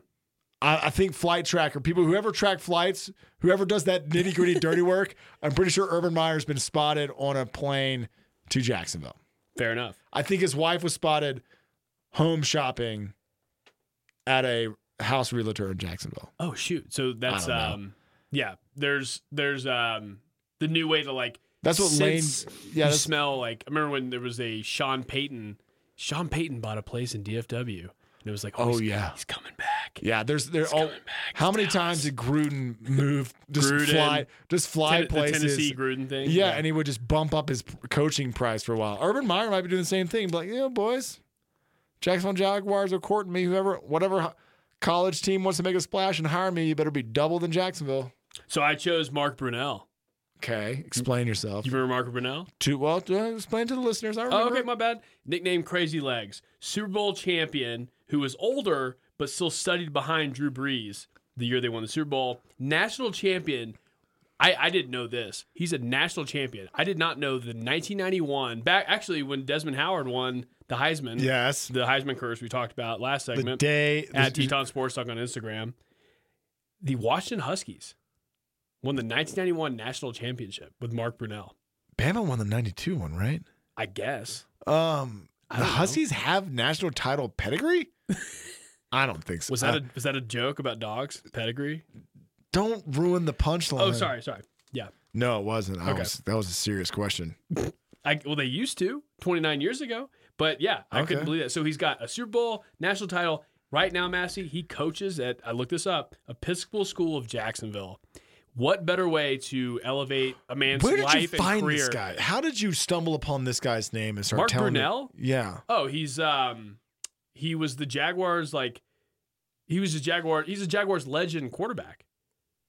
Speaker 2: I, I think flight tracker people whoever track flights, whoever does that nitty gritty dirty work. I'm pretty sure Urban Meyer's been spotted on a plane to Jacksonville.
Speaker 3: Fair enough.
Speaker 2: I think his wife was spotted home shopping at a house realtor in Jacksonville.
Speaker 3: Oh shoot. So that's
Speaker 2: don't know.
Speaker 3: um yeah, there's there's um the new way to like
Speaker 2: That's what
Speaker 3: sense
Speaker 2: Lane. Yeah,
Speaker 3: you
Speaker 2: that's,
Speaker 3: smell like I remember when there was a Sean Payton Sean Payton bought a place in DFW and it was like oh,
Speaker 2: Oh,
Speaker 3: he's-
Speaker 2: yeah.
Speaker 3: he's coming back.
Speaker 2: yeah. There's there. All,
Speaker 3: coming back
Speaker 2: how
Speaker 3: to
Speaker 2: many
Speaker 3: Dallas.
Speaker 2: times did Gruden move? Just
Speaker 3: Gruden,
Speaker 2: fly. Just fly
Speaker 3: Ten- the
Speaker 2: places.
Speaker 3: Tennessee Gruden thing.
Speaker 2: yeah, and he would just bump up his p- coaching price for a while. Urban Meyer might be doing the same thing. Be like, yeah, boys, Jacksonville Jaguars are courting me. Whoever, whatever ho- college team wants to make a splash and hire me, you better be double than Jacksonville.
Speaker 3: so I chose Mark Brunell.
Speaker 2: Okay, explain yourself.
Speaker 3: You remember Mark Brunell?
Speaker 2: To well, uh, explain to the listeners. I remember.
Speaker 3: Oh, okay, my bad. Nicknamed Crazy Legs, Super Bowl champion who was older but still studied behind Drew Brees the year they won the Super Bowl. National champion. I, I didn't know this. He's a national champion. I did not know the 1991 back actually when Desmond Howard won the Heisman.
Speaker 2: Yes.
Speaker 3: The Heisman curse we talked about last
Speaker 2: The
Speaker 3: segment
Speaker 2: day
Speaker 3: at
Speaker 2: the-
Speaker 3: Teton Sports Talk on Instagram. The Washington Huskies won the 1991 national championship with Mark Brunell.
Speaker 2: Bama won the '92 one, right?
Speaker 3: I guess.
Speaker 2: Um,
Speaker 3: I
Speaker 2: the
Speaker 3: don't know.
Speaker 2: Huskies have national title pedigree. I don't think so.
Speaker 3: Was that
Speaker 2: Uh,
Speaker 3: a was that a joke about dogs pedigree?
Speaker 2: don't ruin the punchline?
Speaker 3: Oh, sorry, sorry. Yeah,
Speaker 2: No, it wasn't. I
Speaker 3: Okay.
Speaker 2: was, that was a serious question.
Speaker 3: I well they used to 29 years ago, but yeah, I couldn't
Speaker 2: Okay.
Speaker 3: believe that. So he's got a Super Bowl national title right now. Massey he coaches at I looked this up Episcopal School of Jacksonville. What better way to elevate a man's
Speaker 2: Where did
Speaker 3: life
Speaker 2: you find
Speaker 3: and career?
Speaker 2: this guy? How did you stumble upon this guy's name and start
Speaker 3: Mark
Speaker 2: telling me-
Speaker 3: Brunell?
Speaker 2: Yeah.
Speaker 3: Oh, he's um he was the Jaguars like he was a Jaguar. He's a Jaguars legend quarterback.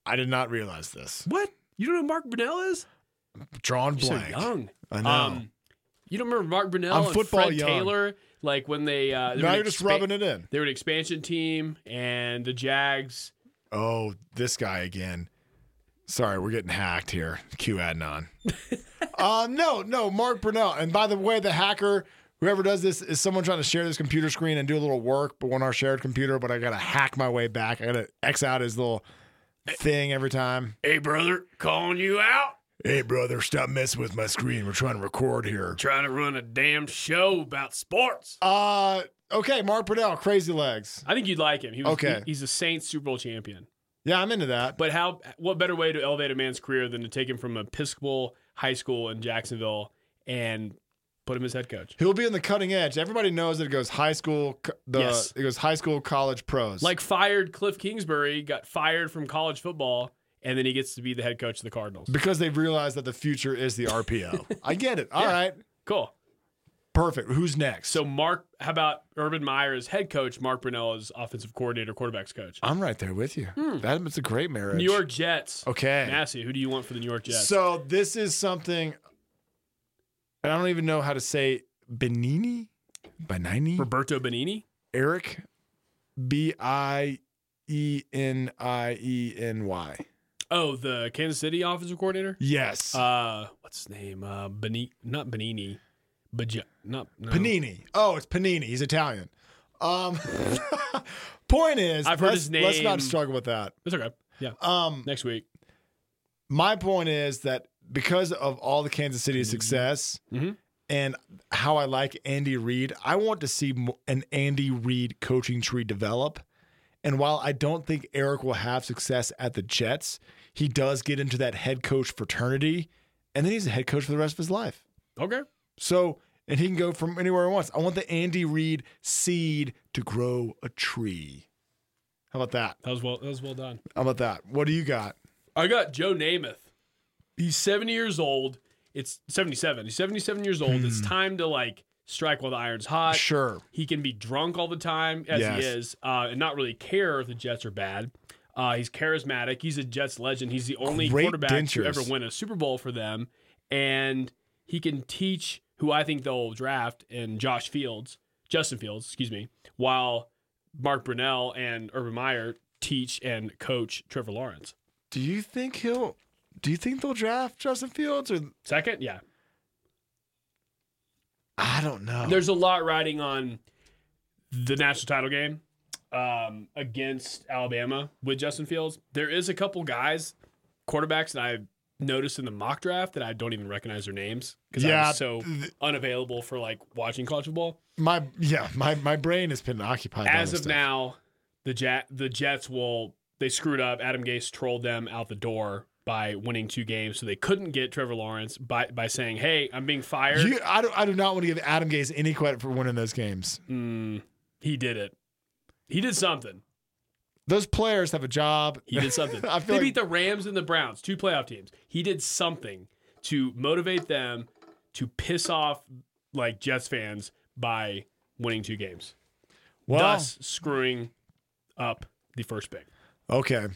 Speaker 2: I did not realize this.
Speaker 3: What you don't know who Mark Brunell is?
Speaker 2: Drawn
Speaker 3: You're
Speaker 2: blank.
Speaker 3: so young.
Speaker 2: I know.
Speaker 3: Um, you don't remember Mark Brunell
Speaker 2: I'm
Speaker 3: and
Speaker 2: football
Speaker 3: Fred
Speaker 2: young.
Speaker 3: Taylor? Like when they uh, they were
Speaker 2: now
Speaker 3: an
Speaker 2: you're just
Speaker 3: expa-
Speaker 2: rubbing it in.
Speaker 3: They were an expansion team, and the Jags.
Speaker 2: Oh, this guy again. Sorry, we're getting hacked here. Q Adnan. uh, no, no, Mark Brunell. And by the way, the hacker, whoever does this, is someone trying to share this computer screen and do a little work, but on our shared computer. But I gotta hack my way back. I gotta X out his little
Speaker 3: Eh.
Speaker 2: thing every time.
Speaker 3: Hey, brother, calling you out.
Speaker 2: Hey, brother, stop messing with my screen. We're trying to record here.
Speaker 3: Trying to run a damn show about sports.
Speaker 2: Uh, okay, Mark Brunell, Crazy Legs.
Speaker 3: I think you'd like him. He was,
Speaker 2: Okay.
Speaker 3: he- he's a Saints Super Bowl champion.
Speaker 2: Yeah, I'm into that.
Speaker 3: But how? What better way to elevate a man's career than to take him from Episcopal High School in Jacksonville and put him as head coach?
Speaker 2: He'll be in the cutting edge. Everybody knows that it goes high school. co- The
Speaker 3: Yes.
Speaker 2: it goes high school, college, pros.
Speaker 3: Like fired Cliff Kingsbury got fired from college football, and then he gets to be the head coach of the Cardinals.
Speaker 2: Because they've realized that the future is the RPO. I get it. All right,
Speaker 3: Cool.
Speaker 2: Perfect. Who's next?
Speaker 3: So Mark, how about Urban Meyer as head coach, Mark Brunell as offensive coordinator, quarterbacks coach.
Speaker 2: I'm right there with you. That it's a great marriage.
Speaker 3: New York Jets.
Speaker 2: Okay.
Speaker 3: Massey, who do you want for the New York Jets?
Speaker 2: So this is something and I don't even know how to say Benini? Benini?
Speaker 3: Roberto Benini?
Speaker 2: Eric B I E N I E N Y.
Speaker 3: Oh, the Kansas City offensive coordinator.
Speaker 2: Yes.
Speaker 3: Uh, what's his name? Uh, Benini, not Benini, but not no.
Speaker 2: Panini. Oh, it's Panini. He's Italian. Um, point is,
Speaker 3: I've heard
Speaker 2: let's,
Speaker 3: his
Speaker 2: let's
Speaker 3: name.
Speaker 2: not struggle with that.
Speaker 3: It's okay. Yeah,
Speaker 2: Um,
Speaker 3: next week.
Speaker 2: my point is that because of all the Kansas City
Speaker 3: Mm-hmm.
Speaker 2: success
Speaker 3: Mhm.
Speaker 2: and how I like Andy Reid, I want to see mo- an Andy Reid coaching tree develop. And while I don't think Eric will have success at the Jets, he does get into that head coach fraternity, and then he's a head coach for the rest of his life.
Speaker 3: Okay.
Speaker 2: So, and he can go from anywhere he wants. I want the Andy Reid seed to grow a tree. How about that?
Speaker 3: That was well. That was well done.
Speaker 2: How about that? What do you got?
Speaker 3: I got Joe Namath. He's 70 years old. It's 77. He's 77 years old.
Speaker 2: Hmm.
Speaker 3: It's time to like strike while the iron's hot.
Speaker 2: Sure.
Speaker 3: He can be drunk all the time as
Speaker 2: Yes.
Speaker 3: he is, uh, and not really care if the Jets are bad. Uh, he's charismatic. He's a Jets legend. He's the only
Speaker 2: Great
Speaker 3: quarterback
Speaker 2: dentures.
Speaker 3: to ever win a Super Bowl for them, and he can teach who I think they'll draft in Josh Fields, Justin Fields, excuse me, while Mark Brunell and Urban Meyer teach and coach Trevor Lawrence.
Speaker 2: Do you think he'll? Do you think they'll draft Justin Fields or?
Speaker 3: Second, yeah.
Speaker 2: I don't know.
Speaker 3: There's a lot riding on the national title game um, against Alabama with Justin Fields. There is a couple guys, quarterbacks that I've noticed in the mock draft that I don't even recognize their names because
Speaker 2: Yeah,
Speaker 3: I'm so
Speaker 2: th-
Speaker 3: unavailable for like watching college football.
Speaker 2: my yeah, my my brain has been occupied. by
Speaker 3: As
Speaker 2: this
Speaker 3: of
Speaker 2: stuff.
Speaker 3: now, the Jet, the Jets will they screwed up. Adam Gase trolled them out the door by winning two games, so they couldn't get Trevor Lawrence by by saying, "Hey, I'm being fired."
Speaker 2: you, I do I do not want to give Adam Gase any credit for winning those games.
Speaker 3: Mm, he did it. He did something.
Speaker 2: Those players have a job.
Speaker 3: He did something.
Speaker 2: I
Speaker 3: they
Speaker 2: feel like
Speaker 3: beat the Rams and the Browns, two playoff teams. He did something to motivate them to piss off like Jets fans by winning two games,
Speaker 2: well,
Speaker 3: thus screwing up the first pick.
Speaker 2: okay.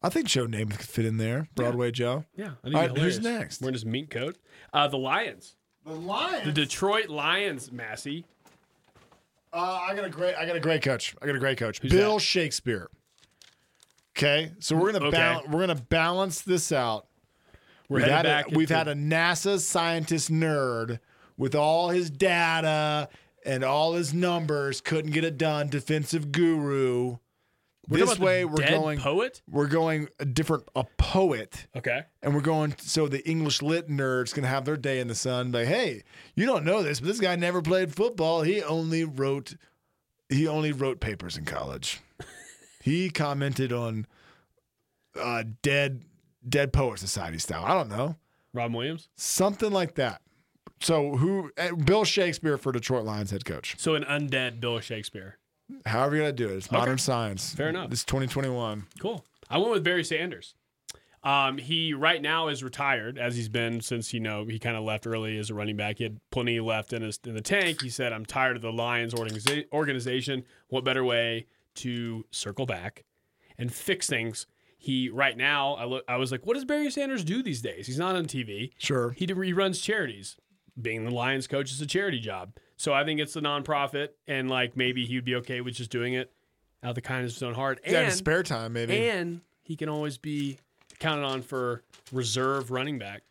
Speaker 2: I think Joe Namath could fit in there. Broadway Joe.
Speaker 3: Yeah, I think
Speaker 2: All
Speaker 3: it'd
Speaker 2: right,
Speaker 3: be
Speaker 2: who's
Speaker 3: hilarious.
Speaker 2: next?
Speaker 3: Wearing his meat coat. Uh, the Lions,
Speaker 2: The Lions.
Speaker 3: the Detroit Lions, Massey.
Speaker 2: Uh, I got a great. I got a great coach. I got a great coach.
Speaker 3: Who's
Speaker 2: Bill
Speaker 3: that?
Speaker 2: Shakespear. Okay, so we're gonna
Speaker 3: Okay.
Speaker 2: bal- we're gonna balance this out.
Speaker 3: We're
Speaker 2: we've
Speaker 3: headed
Speaker 2: had
Speaker 3: back.
Speaker 2: a, we've
Speaker 3: into-
Speaker 2: had a NASA scientist nerd with all his data and all his numbers couldn't get it done. Defensive guru.
Speaker 3: We're talking
Speaker 2: this
Speaker 3: about the
Speaker 2: way we're
Speaker 3: dead
Speaker 2: going.
Speaker 3: poet.
Speaker 2: we're going a different a poet.
Speaker 3: Okay,
Speaker 2: And we're going so the English lit nerds can have their day in the sun. Like, hey, you don't know this, but this guy never played football. He only wrote he only wrote papers in college. he commented on uh, dead dead poet society style. I don't know
Speaker 3: Rob Williams.
Speaker 2: something like that. So who eh, Bill Shakespeare for Detroit Lions head coach?
Speaker 3: So an undead Bill Shakespeare.
Speaker 2: However you are going to do it, it's modern science.
Speaker 3: Fair enough.
Speaker 2: It's 2021.
Speaker 3: Cool. I went with Barry Sanders. Um, he right now is retired, as he's been since you know he kind of left early as a running back. He had plenty left in his in the tank. He said, "I'm tired of the Lions organiza- organization. What better way to circle back and fix things?" He right now, I look, I was like, "What does Barry Sanders do these days? He's not on TV.
Speaker 2: Sure.
Speaker 3: He, he runs charities. Being the Lions coach is a charity job. So I think it's a nonprofit, and like maybe he would be okay with just doing it out of the kindness of his own heart.
Speaker 2: Yeah, in
Speaker 3: and
Speaker 2: his spare time maybe.
Speaker 3: and he can always be counted on for reserve running back.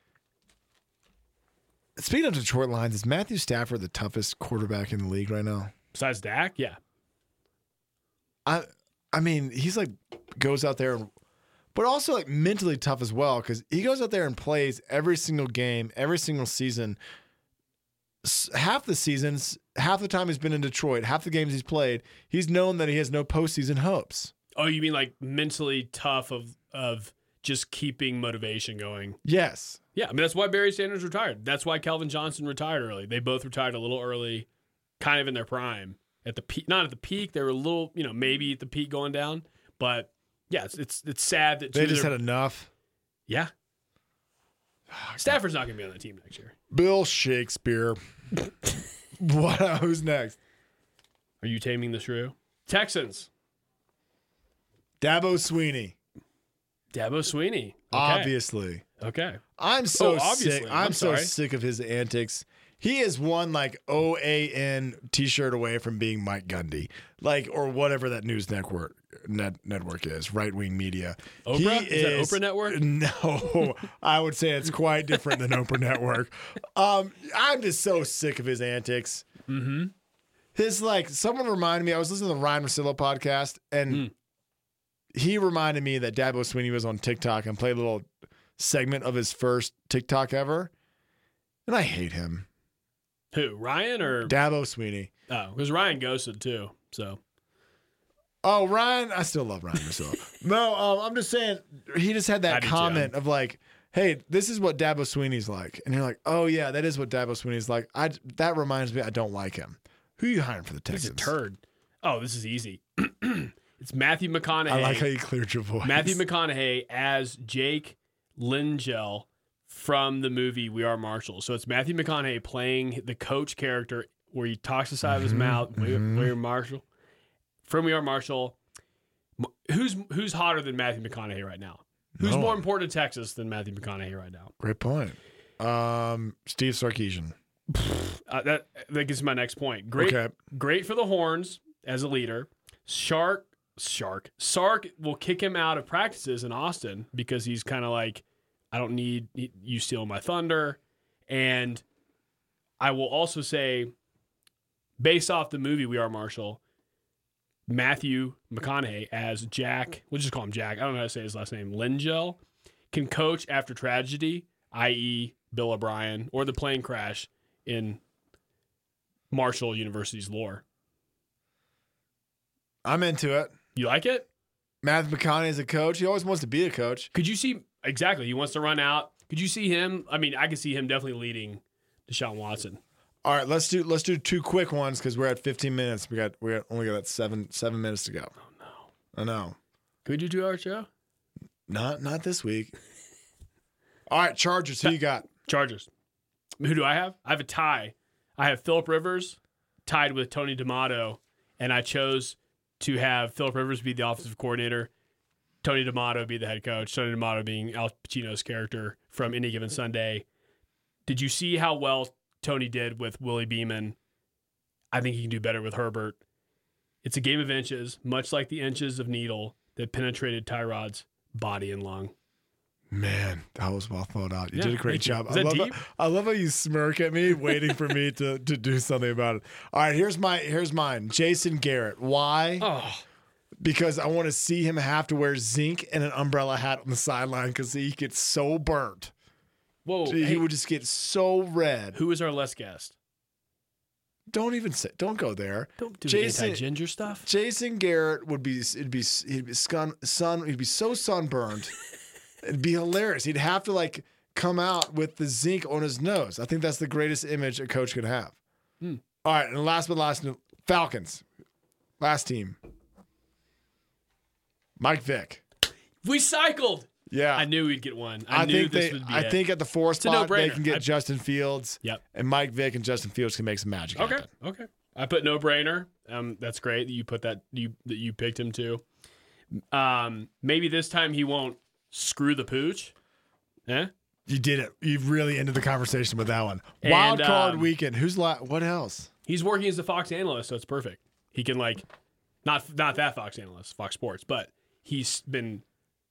Speaker 2: Speaking of Detroit Lions, is Matthew Stafford the toughest quarterback in the league right now?
Speaker 3: Besides Dak, yeah.
Speaker 2: I I mean, he's like goes out there and but also like mentally tough as well cuz he goes out there and plays every single game, every single season. S- Half the seasons, half the time he's been in Detroit, half the games he's played, he's known that he has no postseason hopes.
Speaker 3: Oh, you mean like mentally tough of of just keeping motivation going?
Speaker 2: Yes.
Speaker 3: Yeah, I mean that's why Barry Sanders retired. That's why Calvin Johnson retired early. They both retired a little early, kind of in their prime. At the peak, not at the peak, they were a little, you know, maybe at the peak going down, but yeah, it's it's, it's sad that
Speaker 2: They
Speaker 3: two of
Speaker 2: just
Speaker 3: their-
Speaker 2: had enough.
Speaker 3: yeah. Stafford's not going to be on the team next year.
Speaker 2: Bill Shakespeare. what who's next?
Speaker 3: Are you taming the shrew? Texans,
Speaker 2: Dabo Sweeney.
Speaker 3: Dabo Sweeney, Okay.
Speaker 2: Obviously.
Speaker 3: Okay.
Speaker 2: I'm so
Speaker 3: Oh, obviously.
Speaker 2: sick. I'm,
Speaker 3: I'm
Speaker 2: so
Speaker 3: sorry.
Speaker 2: sick of his antics. He is one like OAN t-shirt away from being Mike Gundy, like or whatever that news network net, network is, right wing media.
Speaker 3: Oprah? Is that Oprah Network?
Speaker 2: No, I would say it's quite different than Oprah Network. Um, I'm just so sick of his antics. Mm-hmm. His like, someone reminded me. I was listening to the Ryan Rosillo podcast, and
Speaker 3: Hmm.
Speaker 2: he reminded me that Dabo Sweeney was on TikTok and played a little segment of his first TikTok ever. And I hate him,
Speaker 3: Who? Ryan or
Speaker 2: Dabo Sweeney.
Speaker 3: oh, because Ryan ghosted too. So
Speaker 2: Oh, Ryan, I still love Ryan Rosillo. no, um, I'm just saying he just had
Speaker 3: I
Speaker 2: that
Speaker 3: do too.
Speaker 2: comment of like, "Hey, this is what Dabo Sweeney's like," and you're like, "Oh yeah, that is what Dabo Sweeney's like." I that reminds me, I don't like him. Who you hiring for the Texans?
Speaker 3: he's a turd. Oh, this is easy. it's Matthew McConaughey.
Speaker 2: I like how you cleared your voice.
Speaker 3: Matthew McConaughey as Jake Lingell from the movie We Are Marshall. So it's Matthew McConaughey playing the coach character where he talks the side of his
Speaker 2: Mm-hmm.
Speaker 3: mouth. We, we Are Marshall from We Are Marshall. M- Who's who's hotter than Matthew McConaughey right now? Who's
Speaker 2: No
Speaker 3: more
Speaker 2: one.
Speaker 3: important to Texas than Matthew McConaughey right now?
Speaker 2: Great point. Um, Steve Sarkeesian.
Speaker 3: Uh, that that gets to my next point. Great,
Speaker 2: Okay.
Speaker 3: great for the horns as a leader. Shark, Shark, Sark will kick him out of practices in Austin because he's kind of like, I don't need you stealing my thunder. And I will also say, based off the movie We Are Marshall, Matthew McConaughey as Jack, we'll just call him Jack. I don't know how to say his last name. Lingel can coach after tragedy, i.e., Bill O'Brien or the plane crash in Marshall University's lore.
Speaker 2: I'm into it.
Speaker 3: You like it?
Speaker 2: Matthew McConaughey is a coach. He always wants to be a coach.
Speaker 3: Could you see exactly? He wants to run out. Could you see him? I mean, I could see him definitely leading Deshaun Watson.
Speaker 2: All right, let's do let's do two quick ones because we're at 15 minutes. We got we got only got that seven seven minutes to go. Oh no, I know.
Speaker 3: Can we do two hour show?
Speaker 2: Not not this week. All right, Chargers. Who you got?
Speaker 3: Chargers. Who do I have? I have a tie. I have Philip Rivers tied with Tony D'Amato, and I chose to have Philip Rivers be the offensive coordinator, Tony D'Amato be the head coach, Tony D'Amato being Al Pacino's character from Any Given Sunday. Did you see how well Tony did with Willie Beeman? I think he can do better with Herbert. It's a game of inches, much like the inches of needle that penetrated Tyrod's body and lung.
Speaker 2: Man, that was well thought out. You
Speaker 3: Yeah,
Speaker 2: did a great
Speaker 3: thank you.
Speaker 2: job.
Speaker 3: Is
Speaker 2: I
Speaker 3: that
Speaker 2: love
Speaker 3: deep?
Speaker 2: How, I love how you smirk at me, waiting for me to to do something about it. All right, here's my here's mine. Jason Garrett. Why?
Speaker 3: Oh,
Speaker 2: Because I want to see him have to wear zinc and an umbrella hat on the sideline because he gets so burnt.
Speaker 3: whoa.
Speaker 2: he
Speaker 3: Oh, Hey,
Speaker 2: would just get so red.
Speaker 3: who is our less guest?
Speaker 2: Don't even say. Don't go there.
Speaker 3: Don't do
Speaker 2: Jason-
Speaker 3: anti ginger stuff.
Speaker 2: Jason Garrett would be it'd be he'd be sun, sun he'd be so sunburned. it'd be hilarious. He'd have to like come out with the zinc on his nose. I think that's the greatest image a coach could have.
Speaker 3: Hmm.
Speaker 2: All right, and last but last Falcons. Last team. Mike Vick.
Speaker 3: We cycled.
Speaker 2: Yeah.
Speaker 3: I knew we'd get one. I,
Speaker 2: I
Speaker 3: knew
Speaker 2: think
Speaker 3: this
Speaker 2: they,
Speaker 3: would be
Speaker 2: I
Speaker 3: it.
Speaker 2: think at the four
Speaker 3: a
Speaker 2: spot they
Speaker 3: no-brainer.
Speaker 2: can get
Speaker 3: I-
Speaker 2: Justin Fields.
Speaker 3: Yep.
Speaker 2: And Mike Vick and Justin Fields can make some magic
Speaker 3: Okay.
Speaker 2: happen.
Speaker 3: Okay. I put no brainer. Um, that's great that you put that you that you picked him too. Um, maybe this time he won't screw the pooch. Eh?
Speaker 2: You did it. You really ended the conversation with that one. Wild
Speaker 3: And,
Speaker 2: card
Speaker 3: um,
Speaker 2: weekend. Who's la- what else?
Speaker 3: He's working as the Fox analyst, so it's perfect. He can like, not not that Fox analyst, Fox Sports, but he's been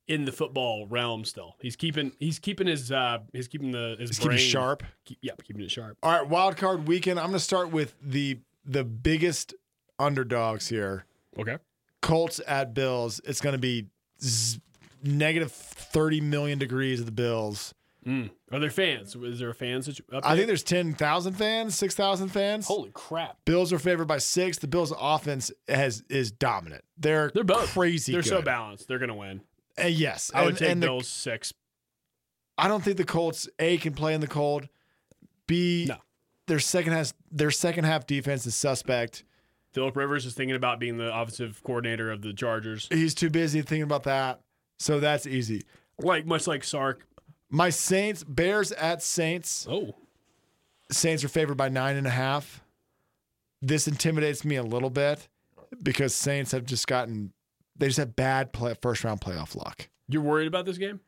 Speaker 3: in the football realm still. He's keeping he's keeping his uh he's keeping the his
Speaker 2: Just keep it
Speaker 3: brain
Speaker 2: sharp.
Speaker 3: Keep, yep, keeping it sharp.
Speaker 2: All right, wild card weekend. I'm going to start with the the biggest underdogs here.
Speaker 3: Okay.
Speaker 2: Colts at Bills. It's going to be z- negative 30 million degrees of the Bills.
Speaker 3: Mm. Are there fans? Is there a fan situ- up
Speaker 2: I
Speaker 3: there?
Speaker 2: think there's 10,000 fans, 6,000 fans.
Speaker 3: Holy crap!
Speaker 2: Bills are favored by 6. The Bills offense has is dominant. They're
Speaker 3: They're both
Speaker 2: crazy
Speaker 3: They're so
Speaker 2: good.
Speaker 3: balanced. They're gonna win.
Speaker 2: Uh, yes.
Speaker 3: I would
Speaker 2: and,
Speaker 3: take
Speaker 2: and the-
Speaker 3: Bills six.
Speaker 2: I don't think the Colts A can play in the cold. B
Speaker 3: No.
Speaker 2: their second has their second half defense is suspect.
Speaker 3: Philip Rivers is thinking about being the offensive coordinator of the Chargers,
Speaker 2: He's too busy thinking about that. So that's easy.
Speaker 3: like much like Sark.
Speaker 2: My Saints, Bears at Saints.
Speaker 3: Oh,
Speaker 2: Saints are favored by nine and a half. This intimidates me a little bit because Saints have just gotten, they just have bad play, first round playoff luck.
Speaker 3: you're worried about this game?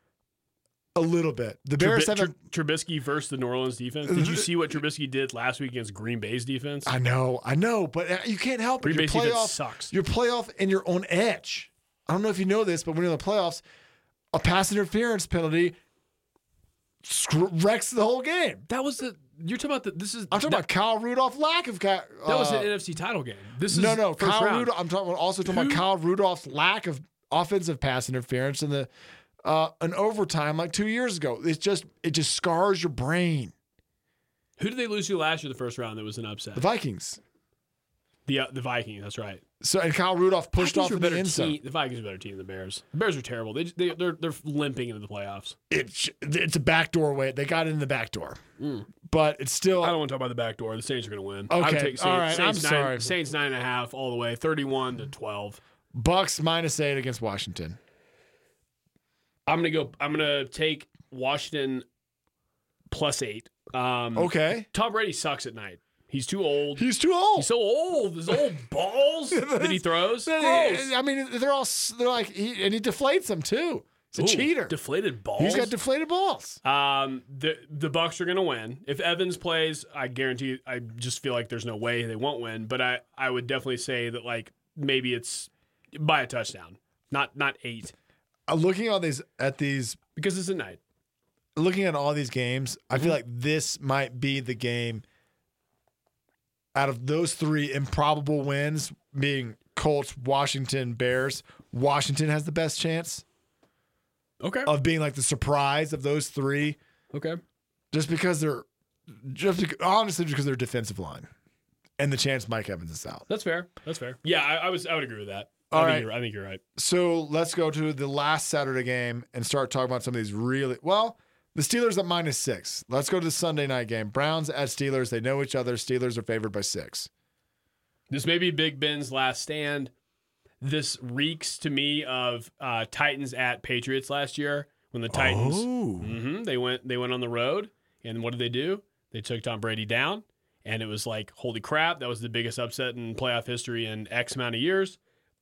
Speaker 2: A little bit. The Bears
Speaker 3: Trubis-
Speaker 2: haven't.
Speaker 3: Tr- Trubisky versus the New Orleans defense. Did you see what Trubisky did last week against Green Bay's defense?
Speaker 2: I know, I know, but uh, you can't help it.
Speaker 3: Green
Speaker 2: Your
Speaker 3: Bay's defense
Speaker 2: playoff,
Speaker 3: sucks.
Speaker 2: your playoff, and you're on edge. I don't know if you know this, but when you're in the playoffs, a pass interference penalty screw- wrecks the whole game.
Speaker 3: That was the. You're talking about the. This is.
Speaker 2: I'm talking
Speaker 3: that,
Speaker 2: about Kyle Rudolph lack of Ky- uh,
Speaker 3: That was an NFC title game. This is
Speaker 2: no no
Speaker 3: first
Speaker 2: Kyle
Speaker 3: round.
Speaker 2: Rudolph. I'm talking also talking about
Speaker 3: Who-
Speaker 2: Kyle Rudolph's lack of offensive pass interference in the uh, an overtime like two years ago. It's just it just scars your brain.
Speaker 3: Who did they lose to last year? The first round that was an upset.
Speaker 2: The
Speaker 3: The
Speaker 2: Vikings.
Speaker 3: the, uh, the Vikings. That's right.
Speaker 2: So and Kyle Rudolph pushed
Speaker 3: Vikings
Speaker 2: off
Speaker 3: were
Speaker 2: in
Speaker 3: better
Speaker 2: the end zone.
Speaker 3: team- The Vikings are a better team than the Bears. The Bears are terrible. They, they they're they're limping into the playoffs.
Speaker 2: It's it's a backdoor way. They got in the back door, but it's still
Speaker 3: Mm. I don't want to talk about the back door. The Saints are going to win. I
Speaker 2: Okay,
Speaker 3: would take Saints,
Speaker 2: all right,
Speaker 3: Saints
Speaker 2: I'm
Speaker 3: nine,
Speaker 2: sorry.
Speaker 3: Saints nine and a half all the way, thirty-one to twelve.
Speaker 2: Bucks minus eight against Washington.
Speaker 3: I'm gonna go. I'm gonna take Washington plus eight. Um,
Speaker 2: Okay,
Speaker 3: Tom Brady sucks at night. He's too old.
Speaker 2: he's too old.
Speaker 3: He's so old. His old balls that he throws. Gross.
Speaker 2: I mean, they're all s- they're like, he, and he deflates them too. He's a
Speaker 3: Ooh,
Speaker 2: cheater.
Speaker 3: Deflated balls.
Speaker 2: he's got deflated balls.
Speaker 3: Um, the the Bucks are gonna win. If Evans plays, I guarantee. I just feel like there's no way they won't win. But I I would definitely say that like maybe it's by a touchdown, not not eight,
Speaker 2: Uh, looking at all these at these,
Speaker 3: because it's a night.
Speaker 2: looking at all these games, I
Speaker 3: Mm-hmm.
Speaker 2: feel like this might be the game. Out of those three improbable wins, being Colts, Washington, Bears, Washington has the best chance
Speaker 3: Okay.
Speaker 2: of being like the surprise of those three,
Speaker 3: okay.
Speaker 2: just because they're just bec- honestly because they're defensive line, and the chance Mike Evans is out.
Speaker 3: That's fair. That's fair. Yeah, I, I was. I would agree with that.
Speaker 2: All
Speaker 3: I
Speaker 2: right.
Speaker 3: Think you're, I think you're right.
Speaker 2: So let's go to the last Saturday game and start talking about some of these really well. The Steelers at minus six. Let's go to the Sunday night game. Browns at Steelers. They know each other. Steelers are favored by six.
Speaker 3: This may be Big Ben's last stand. This reeks to me of uh, Titans at Patriots last year when the Titans
Speaker 2: Oh.
Speaker 3: hmm they went they went on the road and what did they do? They took Tom Brady down and it was like holy crap that was the biggest upset in playoff history in X amount of years.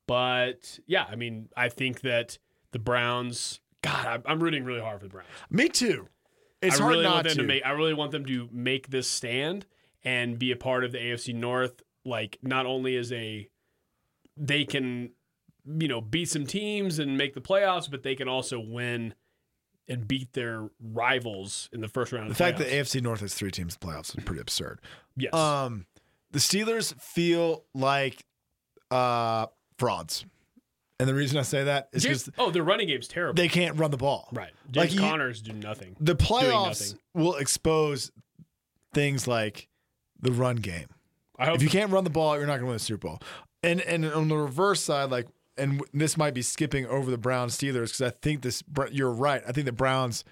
Speaker 3: But yeah, I mean I think that the Browns. God, I'm, I'm rooting really hard for the Browns.
Speaker 2: Me too. It's
Speaker 3: I
Speaker 2: hard
Speaker 3: really
Speaker 2: not
Speaker 3: want them to. make. I really want them to make this stand and be a part of the AFC North. Like not only as a, they can, you know, beat some teams and make the playoffs, but they can also win and beat their rivals in the first round.
Speaker 2: the
Speaker 3: Of
Speaker 2: fact
Speaker 3: playoffs.
Speaker 2: that AFC North has three teams in the playoffs is pretty absurd.
Speaker 3: yes,
Speaker 2: Um, the Steelers feel like uh, frauds, and the reason I say that is
Speaker 3: Jam-
Speaker 2: because
Speaker 3: oh, their running game's terrible.
Speaker 2: they can't run the ball.
Speaker 3: right,
Speaker 2: Like
Speaker 3: James
Speaker 2: you-
Speaker 3: Connors do nothing.
Speaker 2: the playoffs
Speaker 3: nothing.
Speaker 2: will expose things like the run game.
Speaker 3: I hope
Speaker 2: If you can't run the ball, you're not going to win the Super Bowl. And and on the reverse side, like, and w- this might be skipping over the Browns Steelers because I think this. Br- You're right. I think the Browns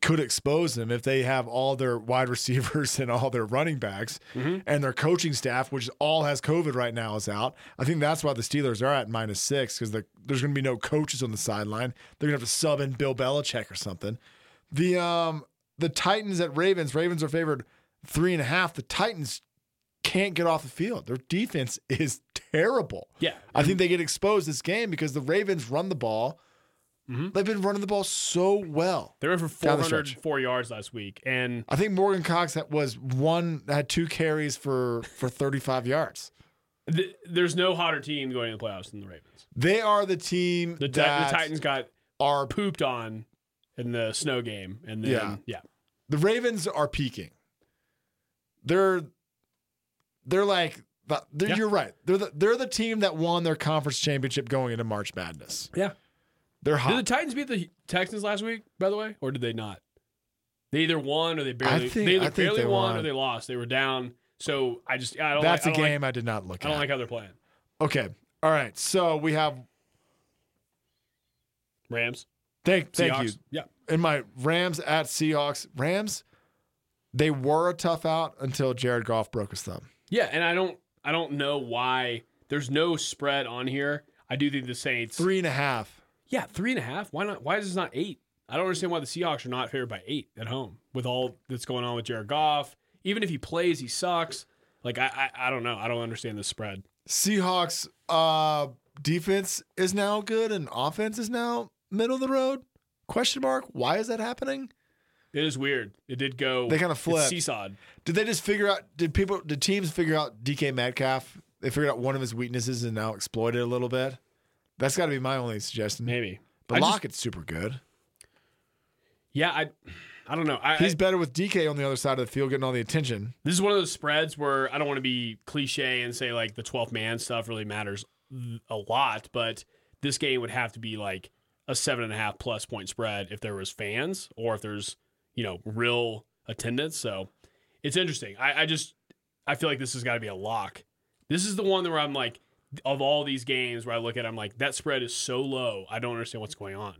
Speaker 2: could expose them if they have all their wide receivers and all their running backs and their coaching staff, which all has COVID right now, is out. I think that's why the Steelers are at minus six because there's going to be no coaches on the sideline. They're going to have to sub in Bill Belichick or something. The um the Titans at Ravens. Ravens are favored three and a half. The Titans can't get off the field. Their defense is terrible.
Speaker 3: yeah,
Speaker 2: I think they get exposed this game because the Ravens run the ball.
Speaker 3: Mm-hmm.
Speaker 2: They've been running the ball so well.
Speaker 3: they were for
Speaker 2: Down the stretch.
Speaker 3: 404 yards last week, and
Speaker 2: I think Morgan Cox had- was one had two carries for for 35 yards.
Speaker 3: th- there's no hotter team going to the playoffs than the Ravens.
Speaker 2: They are the team
Speaker 3: The, Ti-
Speaker 2: that
Speaker 3: the Titans got
Speaker 2: are
Speaker 3: pooped on in the snow game, and then
Speaker 2: Yeah.
Speaker 3: yeah,
Speaker 2: the Ravens are peaking. They're they're like the, they're,
Speaker 3: Yeah.
Speaker 2: you're right. They're the, they're the team that won their conference championship going into March Madness.
Speaker 3: Yeah.
Speaker 2: They're
Speaker 3: Did the
Speaker 2: hot.
Speaker 3: Titans beat the Texans last week? By the way, or did they not? They either won or they barely.
Speaker 2: think-
Speaker 3: they
Speaker 2: I
Speaker 3: either
Speaker 2: think
Speaker 3: barely
Speaker 2: they
Speaker 3: won,
Speaker 2: won.
Speaker 3: or they lost. They were down. So I just I don't.
Speaker 2: That's
Speaker 3: like,
Speaker 2: a
Speaker 3: I don't
Speaker 2: game
Speaker 3: Like,
Speaker 2: I did not look
Speaker 3: I
Speaker 2: at.
Speaker 3: don't like how they're playing.
Speaker 2: okay. All right. So we have
Speaker 3: Rams.
Speaker 2: thank thank
Speaker 3: Seahawks.
Speaker 2: you.
Speaker 3: Yeah.
Speaker 2: in my Rams at Seahawks. Rams, they were a tough out until Jared Goff broke his thumb.
Speaker 3: Yeah, and I don't I don't know why there's no spread on here. I do think the Saints.
Speaker 2: Three and a half.
Speaker 3: Yeah, three and a half. Why not? Why is this not eight? I don't understand why the Seahawks are not favored by eight at home with all that's going on with Jared Goff. Even if he plays, he sucks. Like I, I, I don't know. I don't understand the spread.
Speaker 2: Seahawks uh, defense is now good and offense is now middle of the road. Question mark. Why is that happening?
Speaker 3: It is weird. It did go.
Speaker 2: They kinda
Speaker 3: it
Speaker 2: flipped.
Speaker 3: seesawed.
Speaker 2: Did they just figure out? Did people? Did teams figure out DK Metcalf? They figured out one of his weaknesses and now exploit it a little bit. That's got to be my only suggestion.
Speaker 3: Maybe.
Speaker 2: But
Speaker 3: I just-
Speaker 2: Lockett's super good.
Speaker 3: yeah, I I don't know. I,
Speaker 2: He's
Speaker 3: I-
Speaker 2: better with DK on the other side of the field getting all the attention.
Speaker 3: this is one of those spreads where I don't want to be cliche and say like the 12th man stuff really matters a lot, but this game would have to be like a seven and a half plus point spread if there was fans or if there's you know real attendance. So it's interesting. I, I just I feel like this has got to be a lock. This is the one where I'm like of all these games where I look at, it, I'm like that spread is so low. I don't understand what's going on.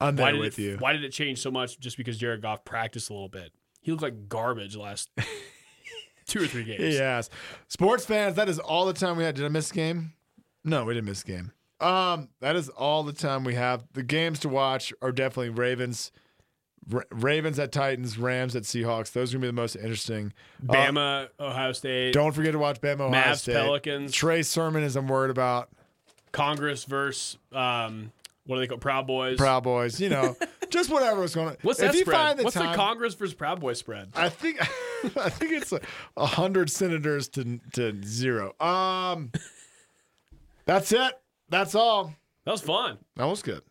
Speaker 2: I'm
Speaker 3: Why
Speaker 2: there
Speaker 3: did
Speaker 2: with
Speaker 3: it,
Speaker 2: you.
Speaker 3: Why did it change so much just because Jared Goff practiced a little bit? He looked like garbage last two or three games.
Speaker 2: Yes. Sports fans, that is all the time we had. Did I miss a game? No, we didn't miss a game. Um, that is all the time we have. The games to watch are definitely Ravens, Ra- Ravens at Titans, Rams at Seahawks. Those are gonna be the most interesting. Uh,
Speaker 3: Bama, Ohio State,
Speaker 2: don't forget to watch Bama Ohio
Speaker 3: Mavs,
Speaker 2: State.
Speaker 3: Pelicans.
Speaker 2: Trey Sermon is I'm worried about.
Speaker 3: Congress versus um, what do they call Proud Boys?
Speaker 2: Proud Boys, you know, just whatever is going on.
Speaker 3: What's
Speaker 2: if
Speaker 3: that
Speaker 2: you
Speaker 3: spread?
Speaker 2: Find the
Speaker 3: What's
Speaker 2: time,
Speaker 3: the Congress versus Proud Boy spread?
Speaker 2: I think I think it's a, a hundred senators to to zero. Um, that's it. That's all.
Speaker 3: That was fun.
Speaker 2: That was good.